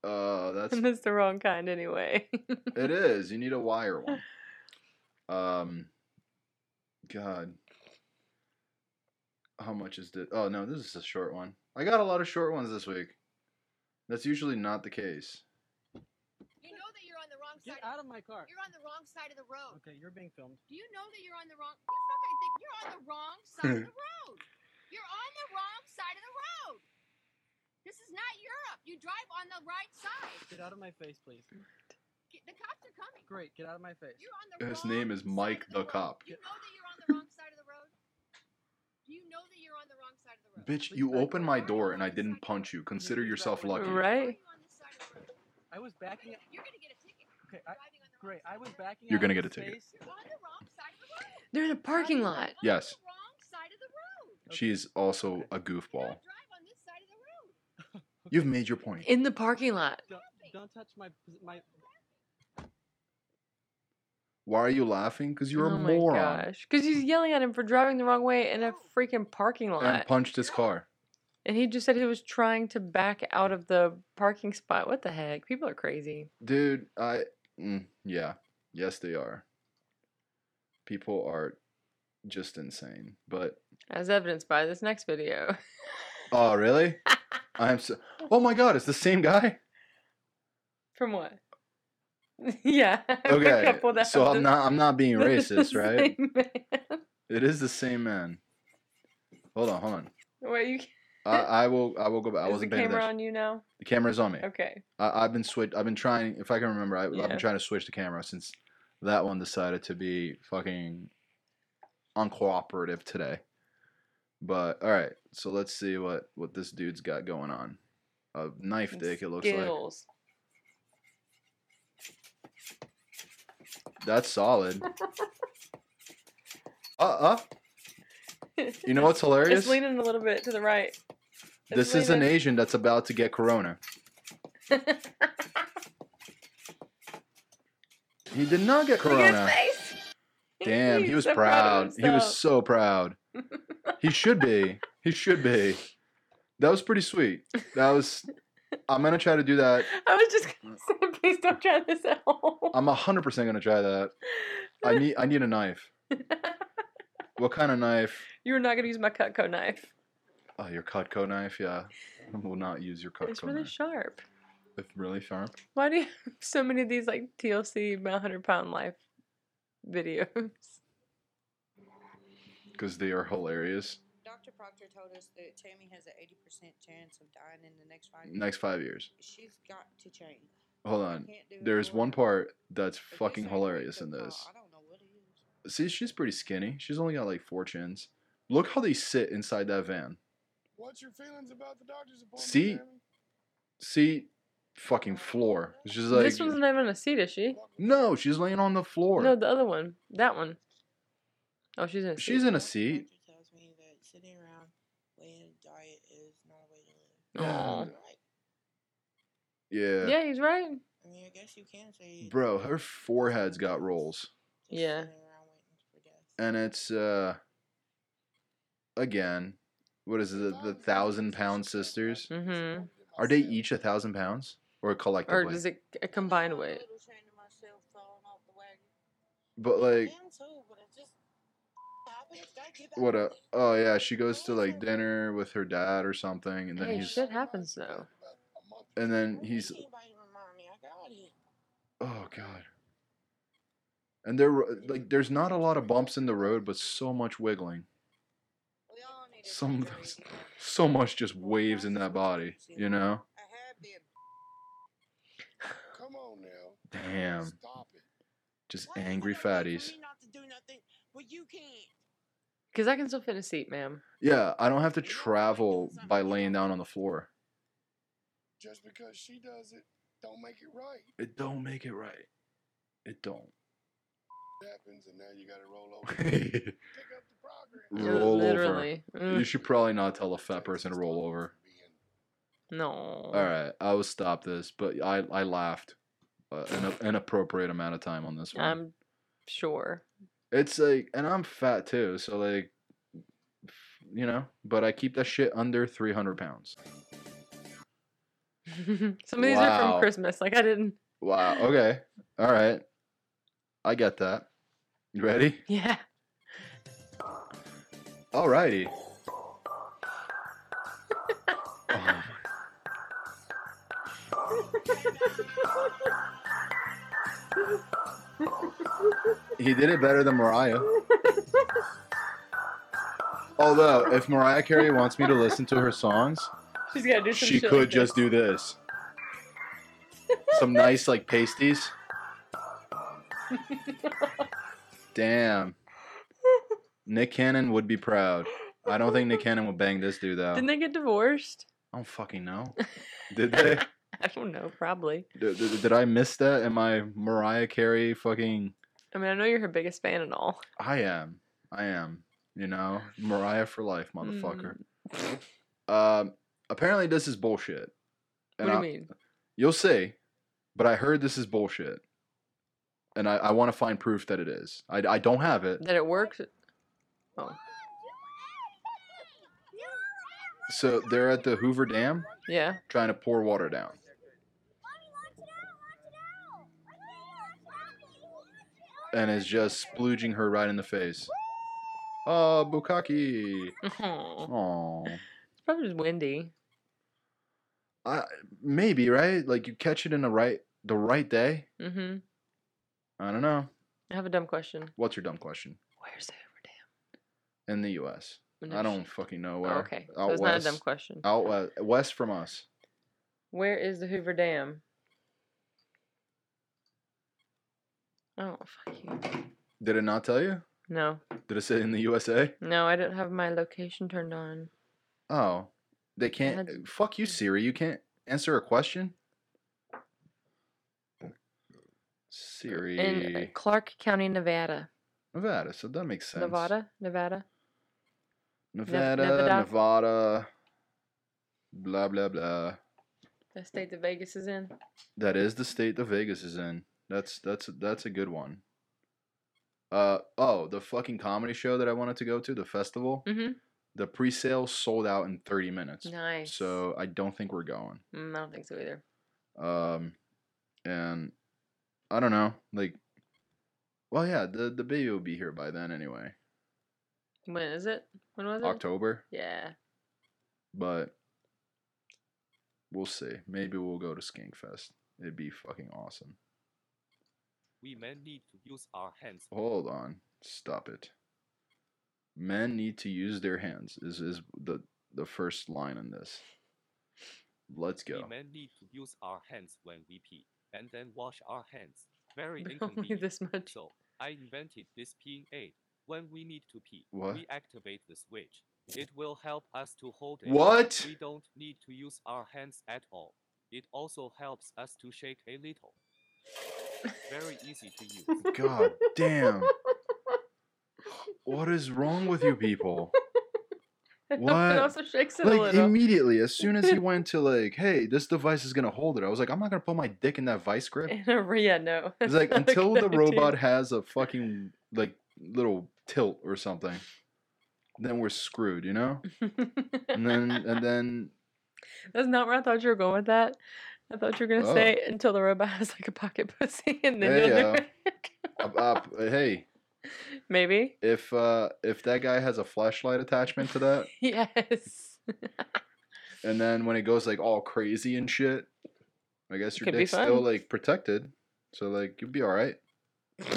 S1: Uh, that's
S2: And it's the wrong kind anyway.
S1: it is. You need a wire one. Um, God, how much is this? Oh no, this is a short one. I got a lot of short ones this week. That's usually not the case.
S6: You know that you're on the wrong side.
S9: Get out of my car.
S6: You're on the wrong side of the road.
S9: Okay, you're being filmed.
S6: Do you know that you're on the wrong? You fucking think you're on the wrong side of the road. You're on the wrong side of the road. This is not Europe. You drive on the right side.
S9: Get out of my face, please.
S6: Get- The cops are coming.
S9: Great, get out of my face.
S6: You're on the
S1: His
S6: wrong
S1: name is
S6: side
S1: Mike
S6: of
S1: the
S6: road.
S1: Cop.
S6: You know that you're on the wrong side of the road. Do you know that you're on the wrong side of the road?
S1: Bitch,
S9: Please
S1: you
S9: back
S1: opened my
S9: away.
S1: door and I didn't punch you. Consider yourself lucky.
S2: Right.
S6: Why are you on this side of the road?
S9: I was
S6: You're
S9: backing up.
S6: gonna- You're gonna get a ticket. for
S9: Okay, I,
S6: driving on the wrong
S9: great.
S6: side
S9: I
S6: of
S9: was
S6: the road.
S9: backing.
S1: You're
S9: out
S1: gonna get
S9: of
S1: a ticket.
S9: space.
S6: You're on the wrong side of the road.
S2: They're in a parking
S6: You're
S2: lot.
S6: on
S1: Yes.
S6: the wrong side of the road.
S1: She's also a
S6: You
S1: goofball.
S6: don't drive on this side of the road.
S1: You've made your point.
S2: In the parking lot.
S9: Don't, don't touch my my.
S1: Why are you laughing? Because you're
S2: oh
S1: a
S2: my
S1: moron
S2: gosh. Because he's yelling at him for driving the wrong way in a
S6: No.
S2: freaking parking lot.
S1: and
S2: And,
S1: punched his car.
S2: he just said he was trying to back out of the parking spot. What the heck? People are crazy.
S1: Dude, I. Mm, yeah. Yes, they are. People are just insane. But.
S2: As evidenced by this next video.
S1: Oh, really? I'm so. Oh my god, it's the same guy?
S2: From what? yeah. the
S1: Okay.
S2: couple that
S1: So
S2: have
S1: I'm
S2: the-
S1: not I'm not being
S2: the
S1: racist, right?
S2: same man.
S1: It is the same man. Hold on, hold on.
S2: Wait, you,
S1: I, I will I will go back. I
S2: is the
S1: wasn't paying
S2: camera
S1: attention.
S2: on you now?
S1: The camera's on me.
S2: Okay.
S1: I, I've been switch. I've been trying. If I can remember, I, I've
S2: Yeah.
S1: been trying to switch the camera since that one decided to be fucking uncooperative today. But all right, so let's see what what this dude's got going on. A knife dick. It looks like
S2: Skills.
S1: that's solid. Uh uh. You know what's hilarious?
S2: It's leaning a little bit to the right. It's
S1: This is an
S2: leaning-
S1: Asian that's about to get corona. He did not get
S2: Look at
S1: corona.
S2: his face.
S1: Damn, he
S2: He's
S1: was
S2: so
S1: proud.
S2: of
S1: he was
S2: himself.
S1: so proud. he should be. He should be. That was pretty sweet. That was. I'm gonna try to do that.
S2: I was just gonna say, please don't try this at home.
S1: I'm hundred percent gonna try that. Um, I need. I need a knife. What kind of knife?
S2: You're not gonna use my Cutco knife.
S1: Oh, your Cutco knife. Yeah, I will not use your Cutco
S2: It's really
S1: knife.
S2: sharp.
S1: it's really sharp.
S2: Why do you have so many of these like TLC My 100 Pound Life videos?
S1: Because they are hilarious.
S10: Dr. Proctor told us that Tammy has an 80% chance of dying in the next five years.
S1: Next five years.
S10: She's got to change.
S1: Hold
S10: I
S1: on.
S10: can't do it
S1: There's
S10: alone.
S1: one part that's
S10: If this
S1: fucking
S10: ain't
S1: hilarious in
S10: Victor Paul,
S1: this.
S10: I don't know what it is.
S1: See, she's pretty skinny. She's only got like four chins. Look how they sit inside that van.
S11: What's your feelings about the doctor's appointment?
S1: See?
S11: Tammy?
S1: See, fucking floor. She's like,
S2: this one's not even on a seat, is she?
S1: no, she's laying on the floor.
S2: No, the other one. That one. Oh, she's in a
S1: she's
S2: seat.
S1: in a seat.
S10: Doctor tells me that sitting around waiting to diet is not a way to live.
S2: Aw.
S10: Right.
S1: Yeah.
S2: Yeah, he's right.
S10: I mean, I guess you can say.
S1: Bro, her forehead's got rolls,
S10: just
S2: Yeah.
S10: sitting around waiting for death.
S1: and it's uh, again, what is it? The thousand pound sisters.
S2: Mm-hmm.
S1: Are they each a thousand pounds or
S2: Or
S1: collectively?
S2: does it a combined weight?
S10: little shame to myself falling off the wagon.
S1: but like,
S10: I am too, but it just happens. Gotta get back
S1: what
S10: on
S1: a
S10: it.
S1: oh yeah, she goes to like dinner with her dad or something, and then
S2: Hey,
S1: he's
S2: shit happens though.
S1: and then
S10: Don't
S1: he's
S10: let anybody remind me. I got it.
S1: Oh god. And there were- like there's not a lot of bumps in the road, but so much wiggling.
S10: We all need to
S1: Some
S10: take it easy.
S1: so much just waves in that body, you know?
S10: I have been.
S11: Come on now.
S1: Damn.
S11: Stop it.
S1: Just
S10: Why you
S1: angry
S10: gotta wait for
S1: fatties.
S10: me not to do nothing when you can't?
S2: Because I can still fit in a seat, ma'am.
S1: Yeah, I don't have to travel by laying down on the floor.
S11: Just because she does it, don't make it right.
S1: It don't make it right. It don't.
S11: It happens, and now you gotta roll over. and Pick up the progress.
S2: Li-
S1: roll over.
S2: Literally.
S1: You
S2: Mm.
S1: should probably not tell a fat person to roll over.
S2: No.
S1: All right, I will stop this, but I I laughed uh, an inappropriate amount of time on this one.
S2: I'm sure.
S1: It's like, and I'm fat too, so like, you know, but I keep that shit under 300 pounds.
S2: Some of these are
S1: Wow.
S2: from Christmas. Like I didn't.
S1: Wow. Okay. All right. I get that. You ready?
S2: Yeah.
S1: All righty. Oh, he did it better than Mariah. Although, if Mariah Carey wants me to listen to her songs,
S2: She's gotta do some.
S1: she
S2: shit
S1: could
S2: like this.
S1: just do this. Some nice like pasties. Damn. Nick Cannon would be proud. I don't think Nick Cannon would bang this dude though.
S2: Didn't they get divorced?
S1: I don't fucking know. Did they?
S2: I don't know. Probably.
S1: Did, did, did I miss that? Am I Mariah Carey fucking?
S2: I mean, I know you're her biggest fan and all.
S1: I am. I am. You know, Mariah for life, motherfucker.
S2: Mm.
S1: Um, apparently this is bullshit.
S2: What
S1: And
S2: do you
S1: I-
S2: mean?
S1: You'll see, but I heard this is bullshit, and I, I want to find proof that it is. I, I don't have it,
S2: That it works? Oh,
S1: so they're at the Hoover Dam
S2: yeah.
S1: trying to pour water down. And is just splooging her right in the face. Oh, Bukaki.
S2: Aw.
S1: Oh,
S2: It's probably just windy.
S1: I, maybe right. Like you catch it in the right the right day.
S2: Mm-hmm.
S1: I don't know.
S2: I have a dumb question.
S1: What's your dumb question?
S2: Where's the Hoover Dam?
S1: in the U.S.
S2: No
S1: I don't
S2: shit.
S1: fucking know
S2: Oh,
S1: where.
S2: okay. So it's not a dumb question.
S1: Out west, west from us.
S2: Where is the Hoover Dam? Oh, fuck you.
S1: Did it not tell you?
S2: No.
S1: Did it say in the USA?
S2: No, I didn't have my location turned on.
S1: Oh, they can't. Fuck you, Siri. You can't answer a question.
S2: uh,
S1: Siri.
S2: In uh, Clark County, Nevada.
S1: Nevada, so that makes sense.
S2: Nevada? Nevada? Nev-
S1: Nevada,
S2: Nevada?
S1: Nevada, blah blah blah.
S2: The state that Vegas is in?
S1: That is the state that Vegas is in. That's that's that's a good one. Uh oh, the fucking comedy show that I wanted to go to, the festival.
S2: Mhm.
S1: The pre-sale sold out in 30 minutes.
S2: Nice.
S1: So I don't think we're going.
S2: Mm, I don't think so either.
S1: Um, and I don't know, like, well, yeah, the the baby will be here by then anyway,
S2: When is it? When was it?
S1: October.
S2: Yeah.
S1: But we'll see. Maybe we'll go to Skankfest. It'd be fucking awesome.
S12: We men need to use our hands.
S1: Hold on, stop it. Men need to use their hands. Is is the the first line in this? Let's
S12: We
S1: go.
S12: men need to use our hands when we pee, and then wash our hands. Very
S2: Only
S12: inconvenient.
S2: this much.
S12: So I invented this peeing aid. When we need to pee,
S1: What?
S12: we activate the switch. It will help us to hold it.
S1: What?
S12: We don't need to use our hands at all. It also helps us to shake a little. Very easy to use.
S1: God damn. What is wrong with you people? What?
S2: it also shakes it
S1: like
S2: a little.
S1: immediately as soon as he went to like hey this device is gonna hold it i was like i'm not gonna put my dick in that vice grip
S2: yeah, no.
S1: it's like until the robot has
S2: has.
S1: a fucking like little tilt or something then we're screwed you know and then and then
S2: That's not where I thought you were going with that. I thought you were gonna
S1: Oh.
S2: say until the robot has like a pocket pussy and then
S1: Hey,
S2: you'll do
S1: uh,
S2: it.
S1: up, up, uh, hey
S2: Maybe.
S1: if uh if that guy has a flashlight attachment to that
S2: Yes.
S1: and then when it goes like all crazy and shit i guess your
S2: Could be
S1: dick's still
S2: fun.
S1: like protected so like you'll be all right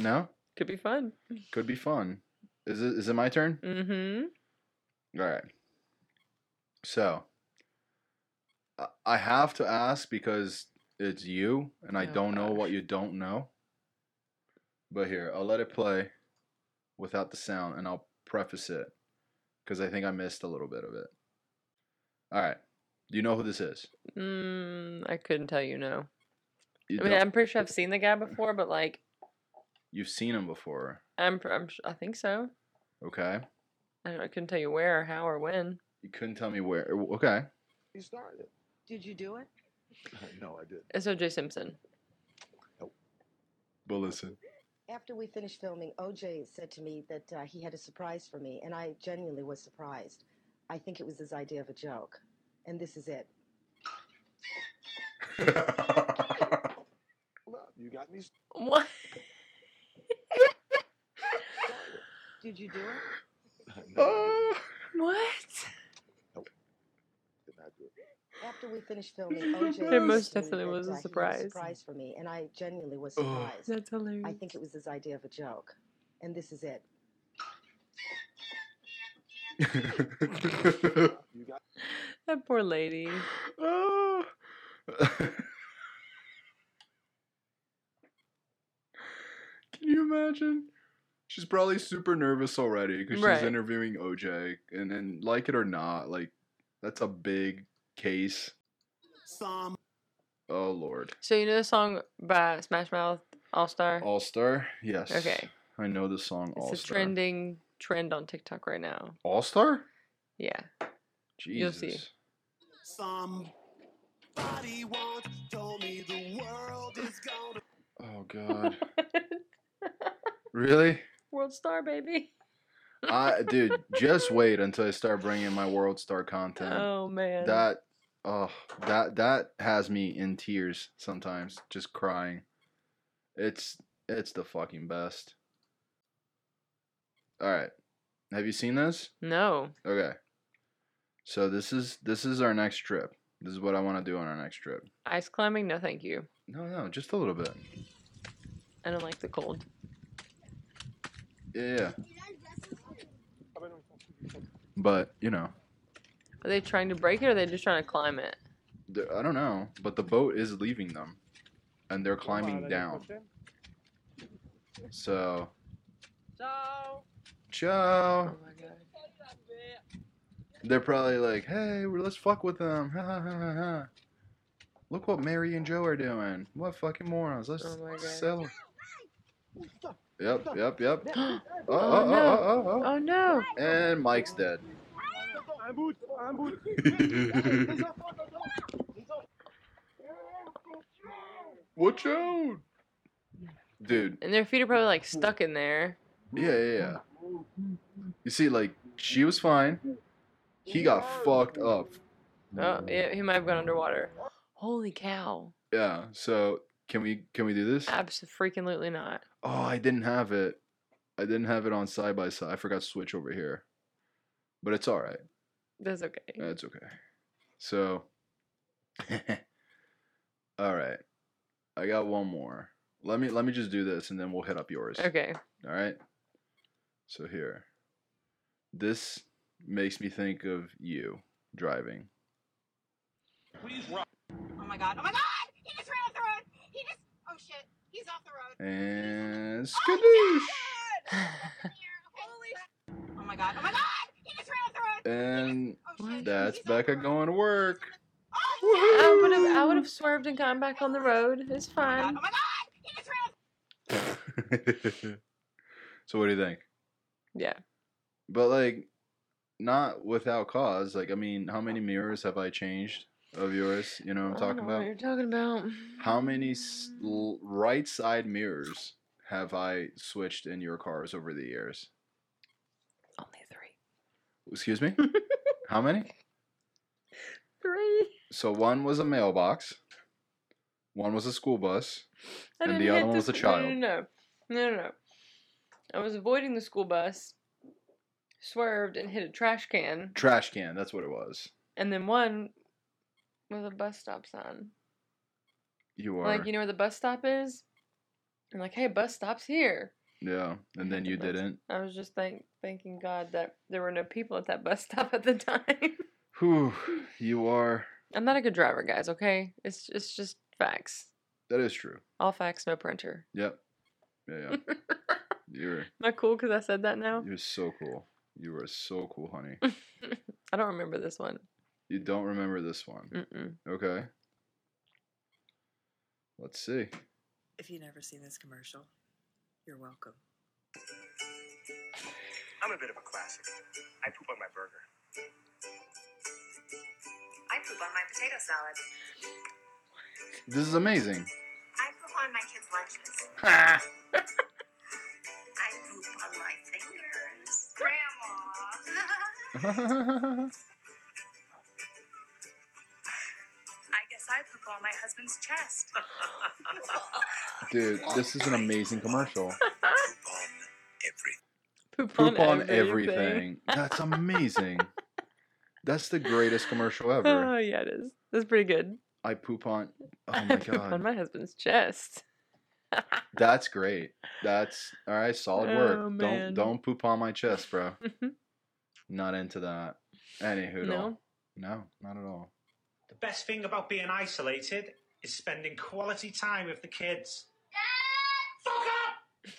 S1: no
S2: Could be fun.
S1: could be fun is it is it my turn
S2: Mm-hmm.
S1: All right. So I- I have to ask because it's you and I
S11: Oh,
S1: don't know what you don't know. But here, I'll let it play without the sound and I'll preface it because I think I missed a little bit of it. All right. Do you know who this is?
S2: Mm, I couldn't tell you no.
S1: You
S2: I mean,
S1: don't-
S2: I'm pretty sure I've seen the guy before, but like,
S1: You've seen him before,
S2: I'm, pr- I'm sh- I think so.
S1: okay?
S2: I don't. know, I couldn't tell you where, or how, or when.
S1: You couldn't tell me where. Okay.
S13: You started it. Did you do it?
S11: no, I didn't.
S2: S.O.J. Simpson.
S1: But listen.
S14: After we finished filming, OJ said to me that uh, he had a surprise for me, and I genuinely was surprised. I think it was his idea of a joke. And this is it.
S11: Look, you got me. s-
S2: What?
S13: Did you do it?
S2: What?
S11: Did not do it.
S14: After we finished filming, OJ
S2: It
S14: said
S2: most
S14: to me
S2: definitely
S14: that,
S2: was a
S14: uh, he had
S2: surprise.
S14: surprise for me, and I genuinely was
S2: Ugh.
S14: surprised.
S2: That's hilarious.
S14: I think it was his idea of a joke. And this is it.
S2: That poor lady.
S1: Can you imagine? She's probably super nervous already because
S11: Right.
S1: she's interviewing OJ, and then like it or not, like that's a big case.
S4: Some.
S1: Oh lord,
S2: So you know the song by Smash Mouth All Star?
S1: All Star, yes.
S2: Okay.
S1: I know the song
S2: It's
S1: All
S2: a
S1: Star.
S2: trending trend on TikTok right now.
S1: All Star.
S2: Yeah.
S1: Jesus.
S2: You'll see.
S4: Somebody once told me the world is gonna.
S1: Oh god. really?
S2: World Star, baby.
S1: I dude, just wait until I start bringing my World Star content.
S2: Oh man.
S1: That oh that that has me in tears sometimes, just crying. It's it's the fucking best. All right. Have you seen this?
S2: No.
S1: Okay. So this is this is our next trip. This is what I want to do on our next trip.
S2: Ice climbing? No, thank you.
S1: No, no, just a little bit.
S2: I don't like the cold.
S1: Yeah. But you know,
S2: Are they trying to break it or are they just trying to climb it?
S1: the- I don't know. But the boat is leaving them, and they're climbing down. So, ciao.
S2: Oh,
S1: They're probably like, hey, we're- let's fuck with them. Ha, ha, ha, ha, ha. Look what Mary and Joe are doing. What fucking morons. Let's
S2: Oh my God.
S1: sell 'em." Yep, yep, yep. oh, oh,
S2: Oh,
S1: oh,
S2: no.
S1: oh, oh, oh.
S2: Oh no.
S1: And Mike's dead. Watch out! Dude,
S2: And their feet are probably like stuck in there.
S1: yeah, yeah, yeah. You see, like, she was fine. He got fucked up.
S2: Oh, yeah, he might have gone underwater. Holy cow.
S1: Yeah, so can we can we do this?
S2: Absolutely not.
S1: Oh, I didn't have it. I didn't have it on side by side. I forgot to switch over here. But it's all right.
S2: That's okay.
S1: That's okay. So, all right. I got one more. Let me let me just do this, and then we'll hit up yours.
S2: Okay.
S1: All right. So here, this makes me think of you driving.
S6: Oh my god. Oh my god! He just ran off the road. He just. Oh shit. He's off the road.
S1: And skadoosh!
S6: Oh my god. Oh my god! He just oh ran off the road.
S1: And that's Becca going to work.
S6: oh,
S2: Um, I would have I would have swerved and gone back on the road. It's fine.
S1: so what do you think?
S2: Yeah.
S1: But like, not without cause. Like, I mean, how many mirrors have I changed of yours? You know what I'm
S2: Oh, I
S1: talking
S2: don't know
S1: about?
S2: What you're talking about.
S1: How many s- l- right side mirrors have I switched in your cars over the years? Only three. Excuse me? how many?
S2: Three.
S1: So one was a mailbox, one was a school bus,
S2: I
S1: and
S2: didn't
S1: the other
S2: hit
S1: one was a
S2: the- No,
S1: child.
S2: no, no, no, no, no. I was avoiding the school bus, swerved and hit a trash can,
S1: Trash can, that's what it was.
S2: and then one with a bus stop sign.
S1: You are.
S2: Like you know where the bus stop is. I'm like, hey, bus stops here.
S1: yeah, and then you didn't.
S2: I was just thank thanking God that there were no people at that bus stop at the time.
S1: Whew, you are.
S2: I'm not a good driver, guys. Okay, it's it's just facts.
S1: That is true.
S2: All facts, no printer.
S1: Yep. Yeah, yeah. you're
S2: Am I cool because I said that now?
S1: you're so cool. You are so cool, honey.
S2: I don't remember this one.
S1: You don't remember this one.
S2: Mm-mm.
S1: Okay. Let's see.
S15: If you've never seen this commercial, you're welcome.
S16: I'm a bit of a classic. I poop on my burger.
S17: I poop on my potato salad.
S1: This is amazing.
S17: I poop on my kids' lunches.
S1: I
S17: poop on my fingers. Grandma. I guess I poop on my husband's chest.
S1: Dude, this is an amazing commercial.
S2: Poop,
S1: Poop on everything. That's amazing. That's the greatest commercial ever.
S2: Oh yeah, it is. That's pretty good.
S1: I poop on. Oh
S2: I
S1: my
S2: poop on
S1: god.
S2: my husband's chest.
S1: That's great. That's all right. Solid work.
S2: Oh,
S1: don't
S2: man.
S1: don't poop on my chest, bro. not into that. Anywho,
S18: No?
S1: no, not at all.
S18: The best thing about being isolated is spending quality time with the kids.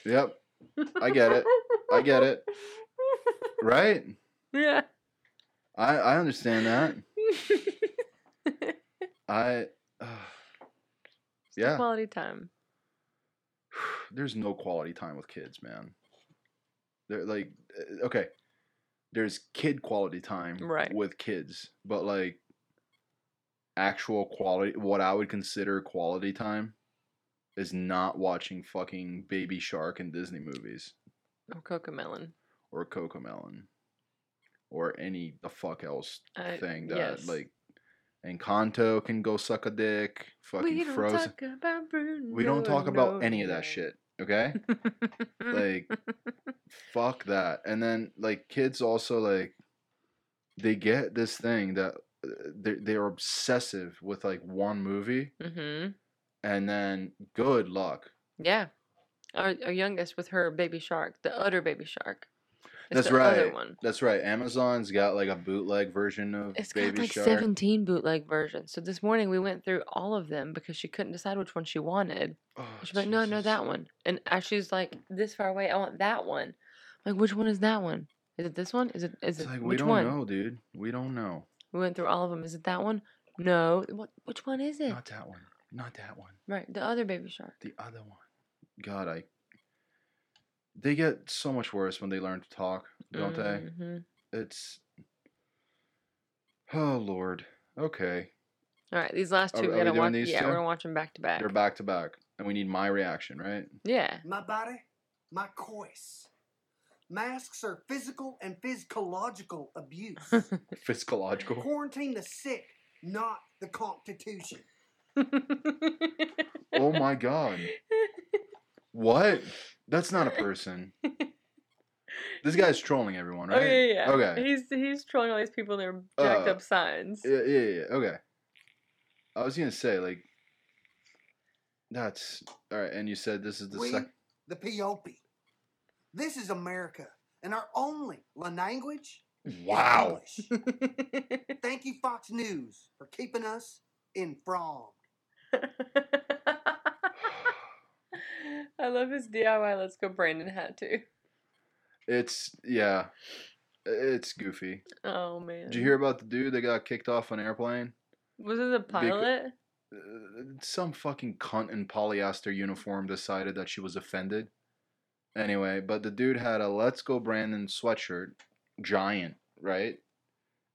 S1: Yep, I get it. I get it. Right?
S2: Yeah.
S1: I I understand that. I yeah.
S2: Quality time.
S1: There's no quality time with kids, man. They're like uh, okay. There's kid quality time
S2: Right.
S1: with kids, but like actual quality what I would consider quality time is not watching fucking Baby Shark and Disney movies
S2: Or Oh, cocomelon.
S1: or Cocomelon or any the fuck else
S2: I-
S1: thing that
S2: Uh, yes.
S1: like Encanto can go suck a dick, fucking
S2: we don't
S1: Frozen.
S2: talk about Bruno.
S1: we don't talk about
S2: no.
S1: any of that shit, okay? like fuck that. And then like kids also like they get this thing that uh, they they're obsessive with like one movie
S2: Mhm.
S1: and then good luck.
S2: Yeah. Our, our youngest with her baby shark, the utter baby shark.
S1: That's
S2: the
S1: right.
S2: other one.
S1: That's right. Amazon's got like a bootleg version of
S2: It's
S1: Baby
S2: got like
S1: Shark.
S2: 17 bootleg versions. So this morning we went through all of them because she couldn't decide which one she wanted.
S1: And
S2: she's like, no, no, that one. And I- she's like, this far away, I want that one. I'm like, which one is that one? Is it this one? Is it? Is
S1: It's
S2: it
S1: like we
S2: which
S1: don't
S2: one?
S1: know, dude. We don't know.
S2: We went through all of them. Is it that one? No. What? Which one is it?
S1: Not that one. Not that one.
S2: Right, the other baby shark.
S1: The other one. God, I. They get so much worse when they learn to talk, don't
S2: Mhm.
S1: they? It's. Oh Lord. Okay.
S2: All right, these last
S1: Are- are
S2: two we
S1: we
S2: gotta
S1: doing
S2: watch.
S1: these
S2: Yeah,
S1: two?
S2: we're gonna watch them back to back.
S1: They're back to back, and we need my reaction, right?
S2: Yeah.
S19: My body, my choice. Masks are physical and physiological abuse.
S1: Fiscological.
S19: Quarantine the sick, not the Constitution.
S1: oh my God. What? That's not a person. This guy's trolling everyone, right?
S2: Oh yeah, yeah.
S1: Okay.
S2: He's he's trolling all these people in their jacked
S1: Uh,
S2: up signs.
S1: Yeah, yeah, yeah. Okay. I was gonna say like that's all right. And you said this is the
S19: we,
S1: second.
S19: the POP. This is America, and our only la- language. is
S1: Wow.
S19: English. Thank you, Fox News, for keeping us informed.
S2: I love his DIY. Let's go, Brandon hat too.
S1: It's yeah. It's goofy.
S2: Oh man.
S1: Did you hear about the dude that got kicked off an airplane?
S2: Was it the pilot?
S1: Uh, Some fucking cunt in polyester uniform decided that she was offended. Anyway, but the dude had a Let's Go Brandon sweatshirt, giant, right?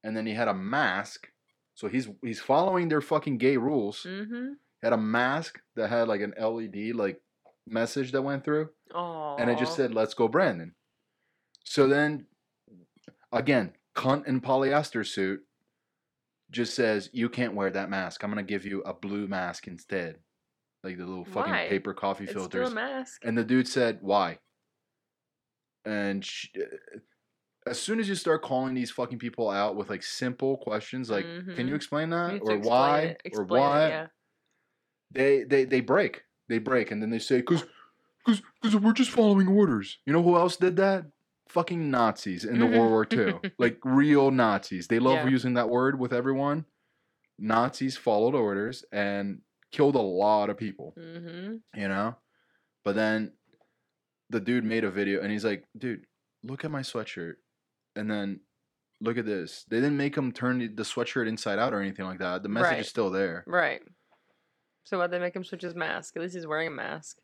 S1: And then he had a mask. So he's he's following their fucking gay rules.
S2: Mm-hmm.
S1: had a mask that had like an LED like message that went through,
S2: Oh.
S1: and it just said "Let's go, Brandon." So then, again, cunt in polyester suit just says, "You can't wear that mask. I'm gonna give you a blue mask instead, like the little fucking
S2: Why?
S1: paper coffee
S2: It's still a
S1: filters."
S2: mask.
S1: And the dude said, "Why?" And sh uh, as soon as you start calling these fucking people out with like simple questions, like, "Can you
S2: Mhm.
S1: explain that?"
S2: You have to
S1: Uh, or
S2: explain
S1: "Why?"
S2: it-
S1: or
S2: explain it,
S1: "Why?"
S2: yeah.
S1: they they they break. They break, and then they say, "Cause, cause, cause we're just following orders." You know who else did that? Fucking Nazis in the World War II, like real Nazis. They love
S2: Mm-hmm. Yeah.
S1: using that word with everyone. Nazis followed orders and killed a lot of people
S2: Mm-hmm.
S1: you know but then the dude made a video and he's like dude look at my sweatshirt and then look at this they didn't make him turn the- the sweatshirt inside out or anything like that the message
S2: Right.
S1: is still there
S2: Right. So why they make him switch his mask? At least he's wearing a mask.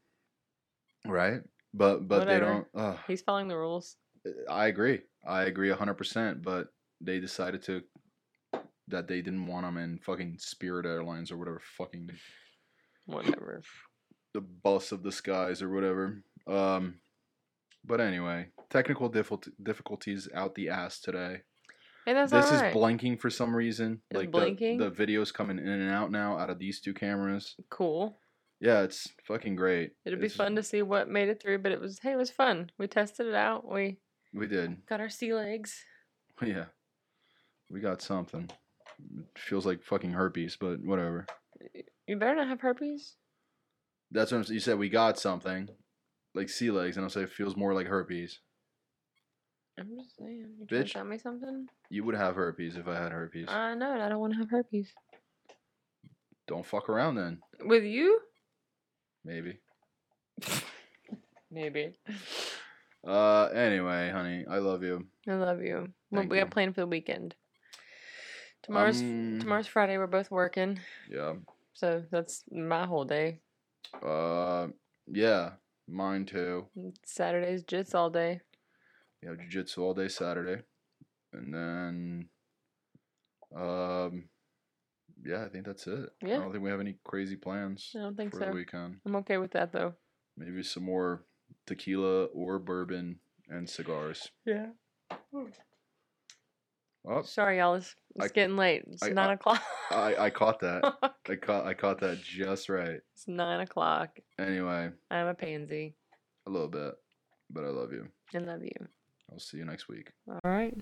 S1: right but but they don't
S2: Whatever.
S1: uh,
S2: He's following the rules.
S1: i agree i agree 100% but they decided to that they didn't want him in fucking spirit airlines or whatever fucking
S2: whatever
S1: the bus of the skies or whatever um but anyway technical difficult- difficulties out the ass today
S2: Hey, that's
S1: this
S2: alright.
S1: is blinking for some reason.
S2: It's
S1: like
S2: blinking?
S1: The, the video's coming in and out now out of these two cameras.
S2: Cool.
S1: Yeah, it's fucking great.
S2: It'll be
S1: It's-
S2: fun to see what made it through, but it was hey, it was fun. We tested it out. We
S1: We did.
S2: got our sea legs.
S1: Yeah. We got something. It feels like fucking herpes, but whatever.
S2: You better not have herpes.
S1: That's what I'm, s- you said. We got something, like sea legs, and I'll say it feels more like herpes.
S2: I'm just saying. You trying
S1: Bitch.
S2: to tell me something?
S1: You would have herpes if I had herpes.
S2: I know, and I don't want to have herpes.
S1: Don't fuck around then.
S2: With you?
S1: Maybe.
S2: Maybe.
S1: Uh. Anyway, honey, I love you.
S2: I love you. What
S1: Thank
S2: we got planned for the weekend? Tomorrow's
S1: Um,
S2: tomorrow's Friday. We're both working,
S1: Yeah.
S2: so that's my whole day.
S1: Uh. Yeah. Mine too.
S2: Saturday's jits all day.
S1: We have jiu-jitsu all day Saturday. And then um yeah, I think that's it.
S2: Yeah.
S1: I don't think we have any crazy plans
S2: I don't think
S1: for
S2: so.
S1: the weekend.
S2: I'm okay with that though.
S1: Maybe some more tequila or bourbon and cigars.
S2: Yeah.
S1: Oh,
S2: Sorry, y'all. It's,
S1: I-
S2: it's getting late. It's
S1: I-
S2: nine
S1: I-
S2: o'clock.
S1: I, I caught that. I caught I caught that just right.
S2: It's nine o'clock.
S1: Anyway,
S2: I'm a pansy
S1: a little bit. But I love you.
S2: and love you.
S1: I'll see you next week.
S2: All right.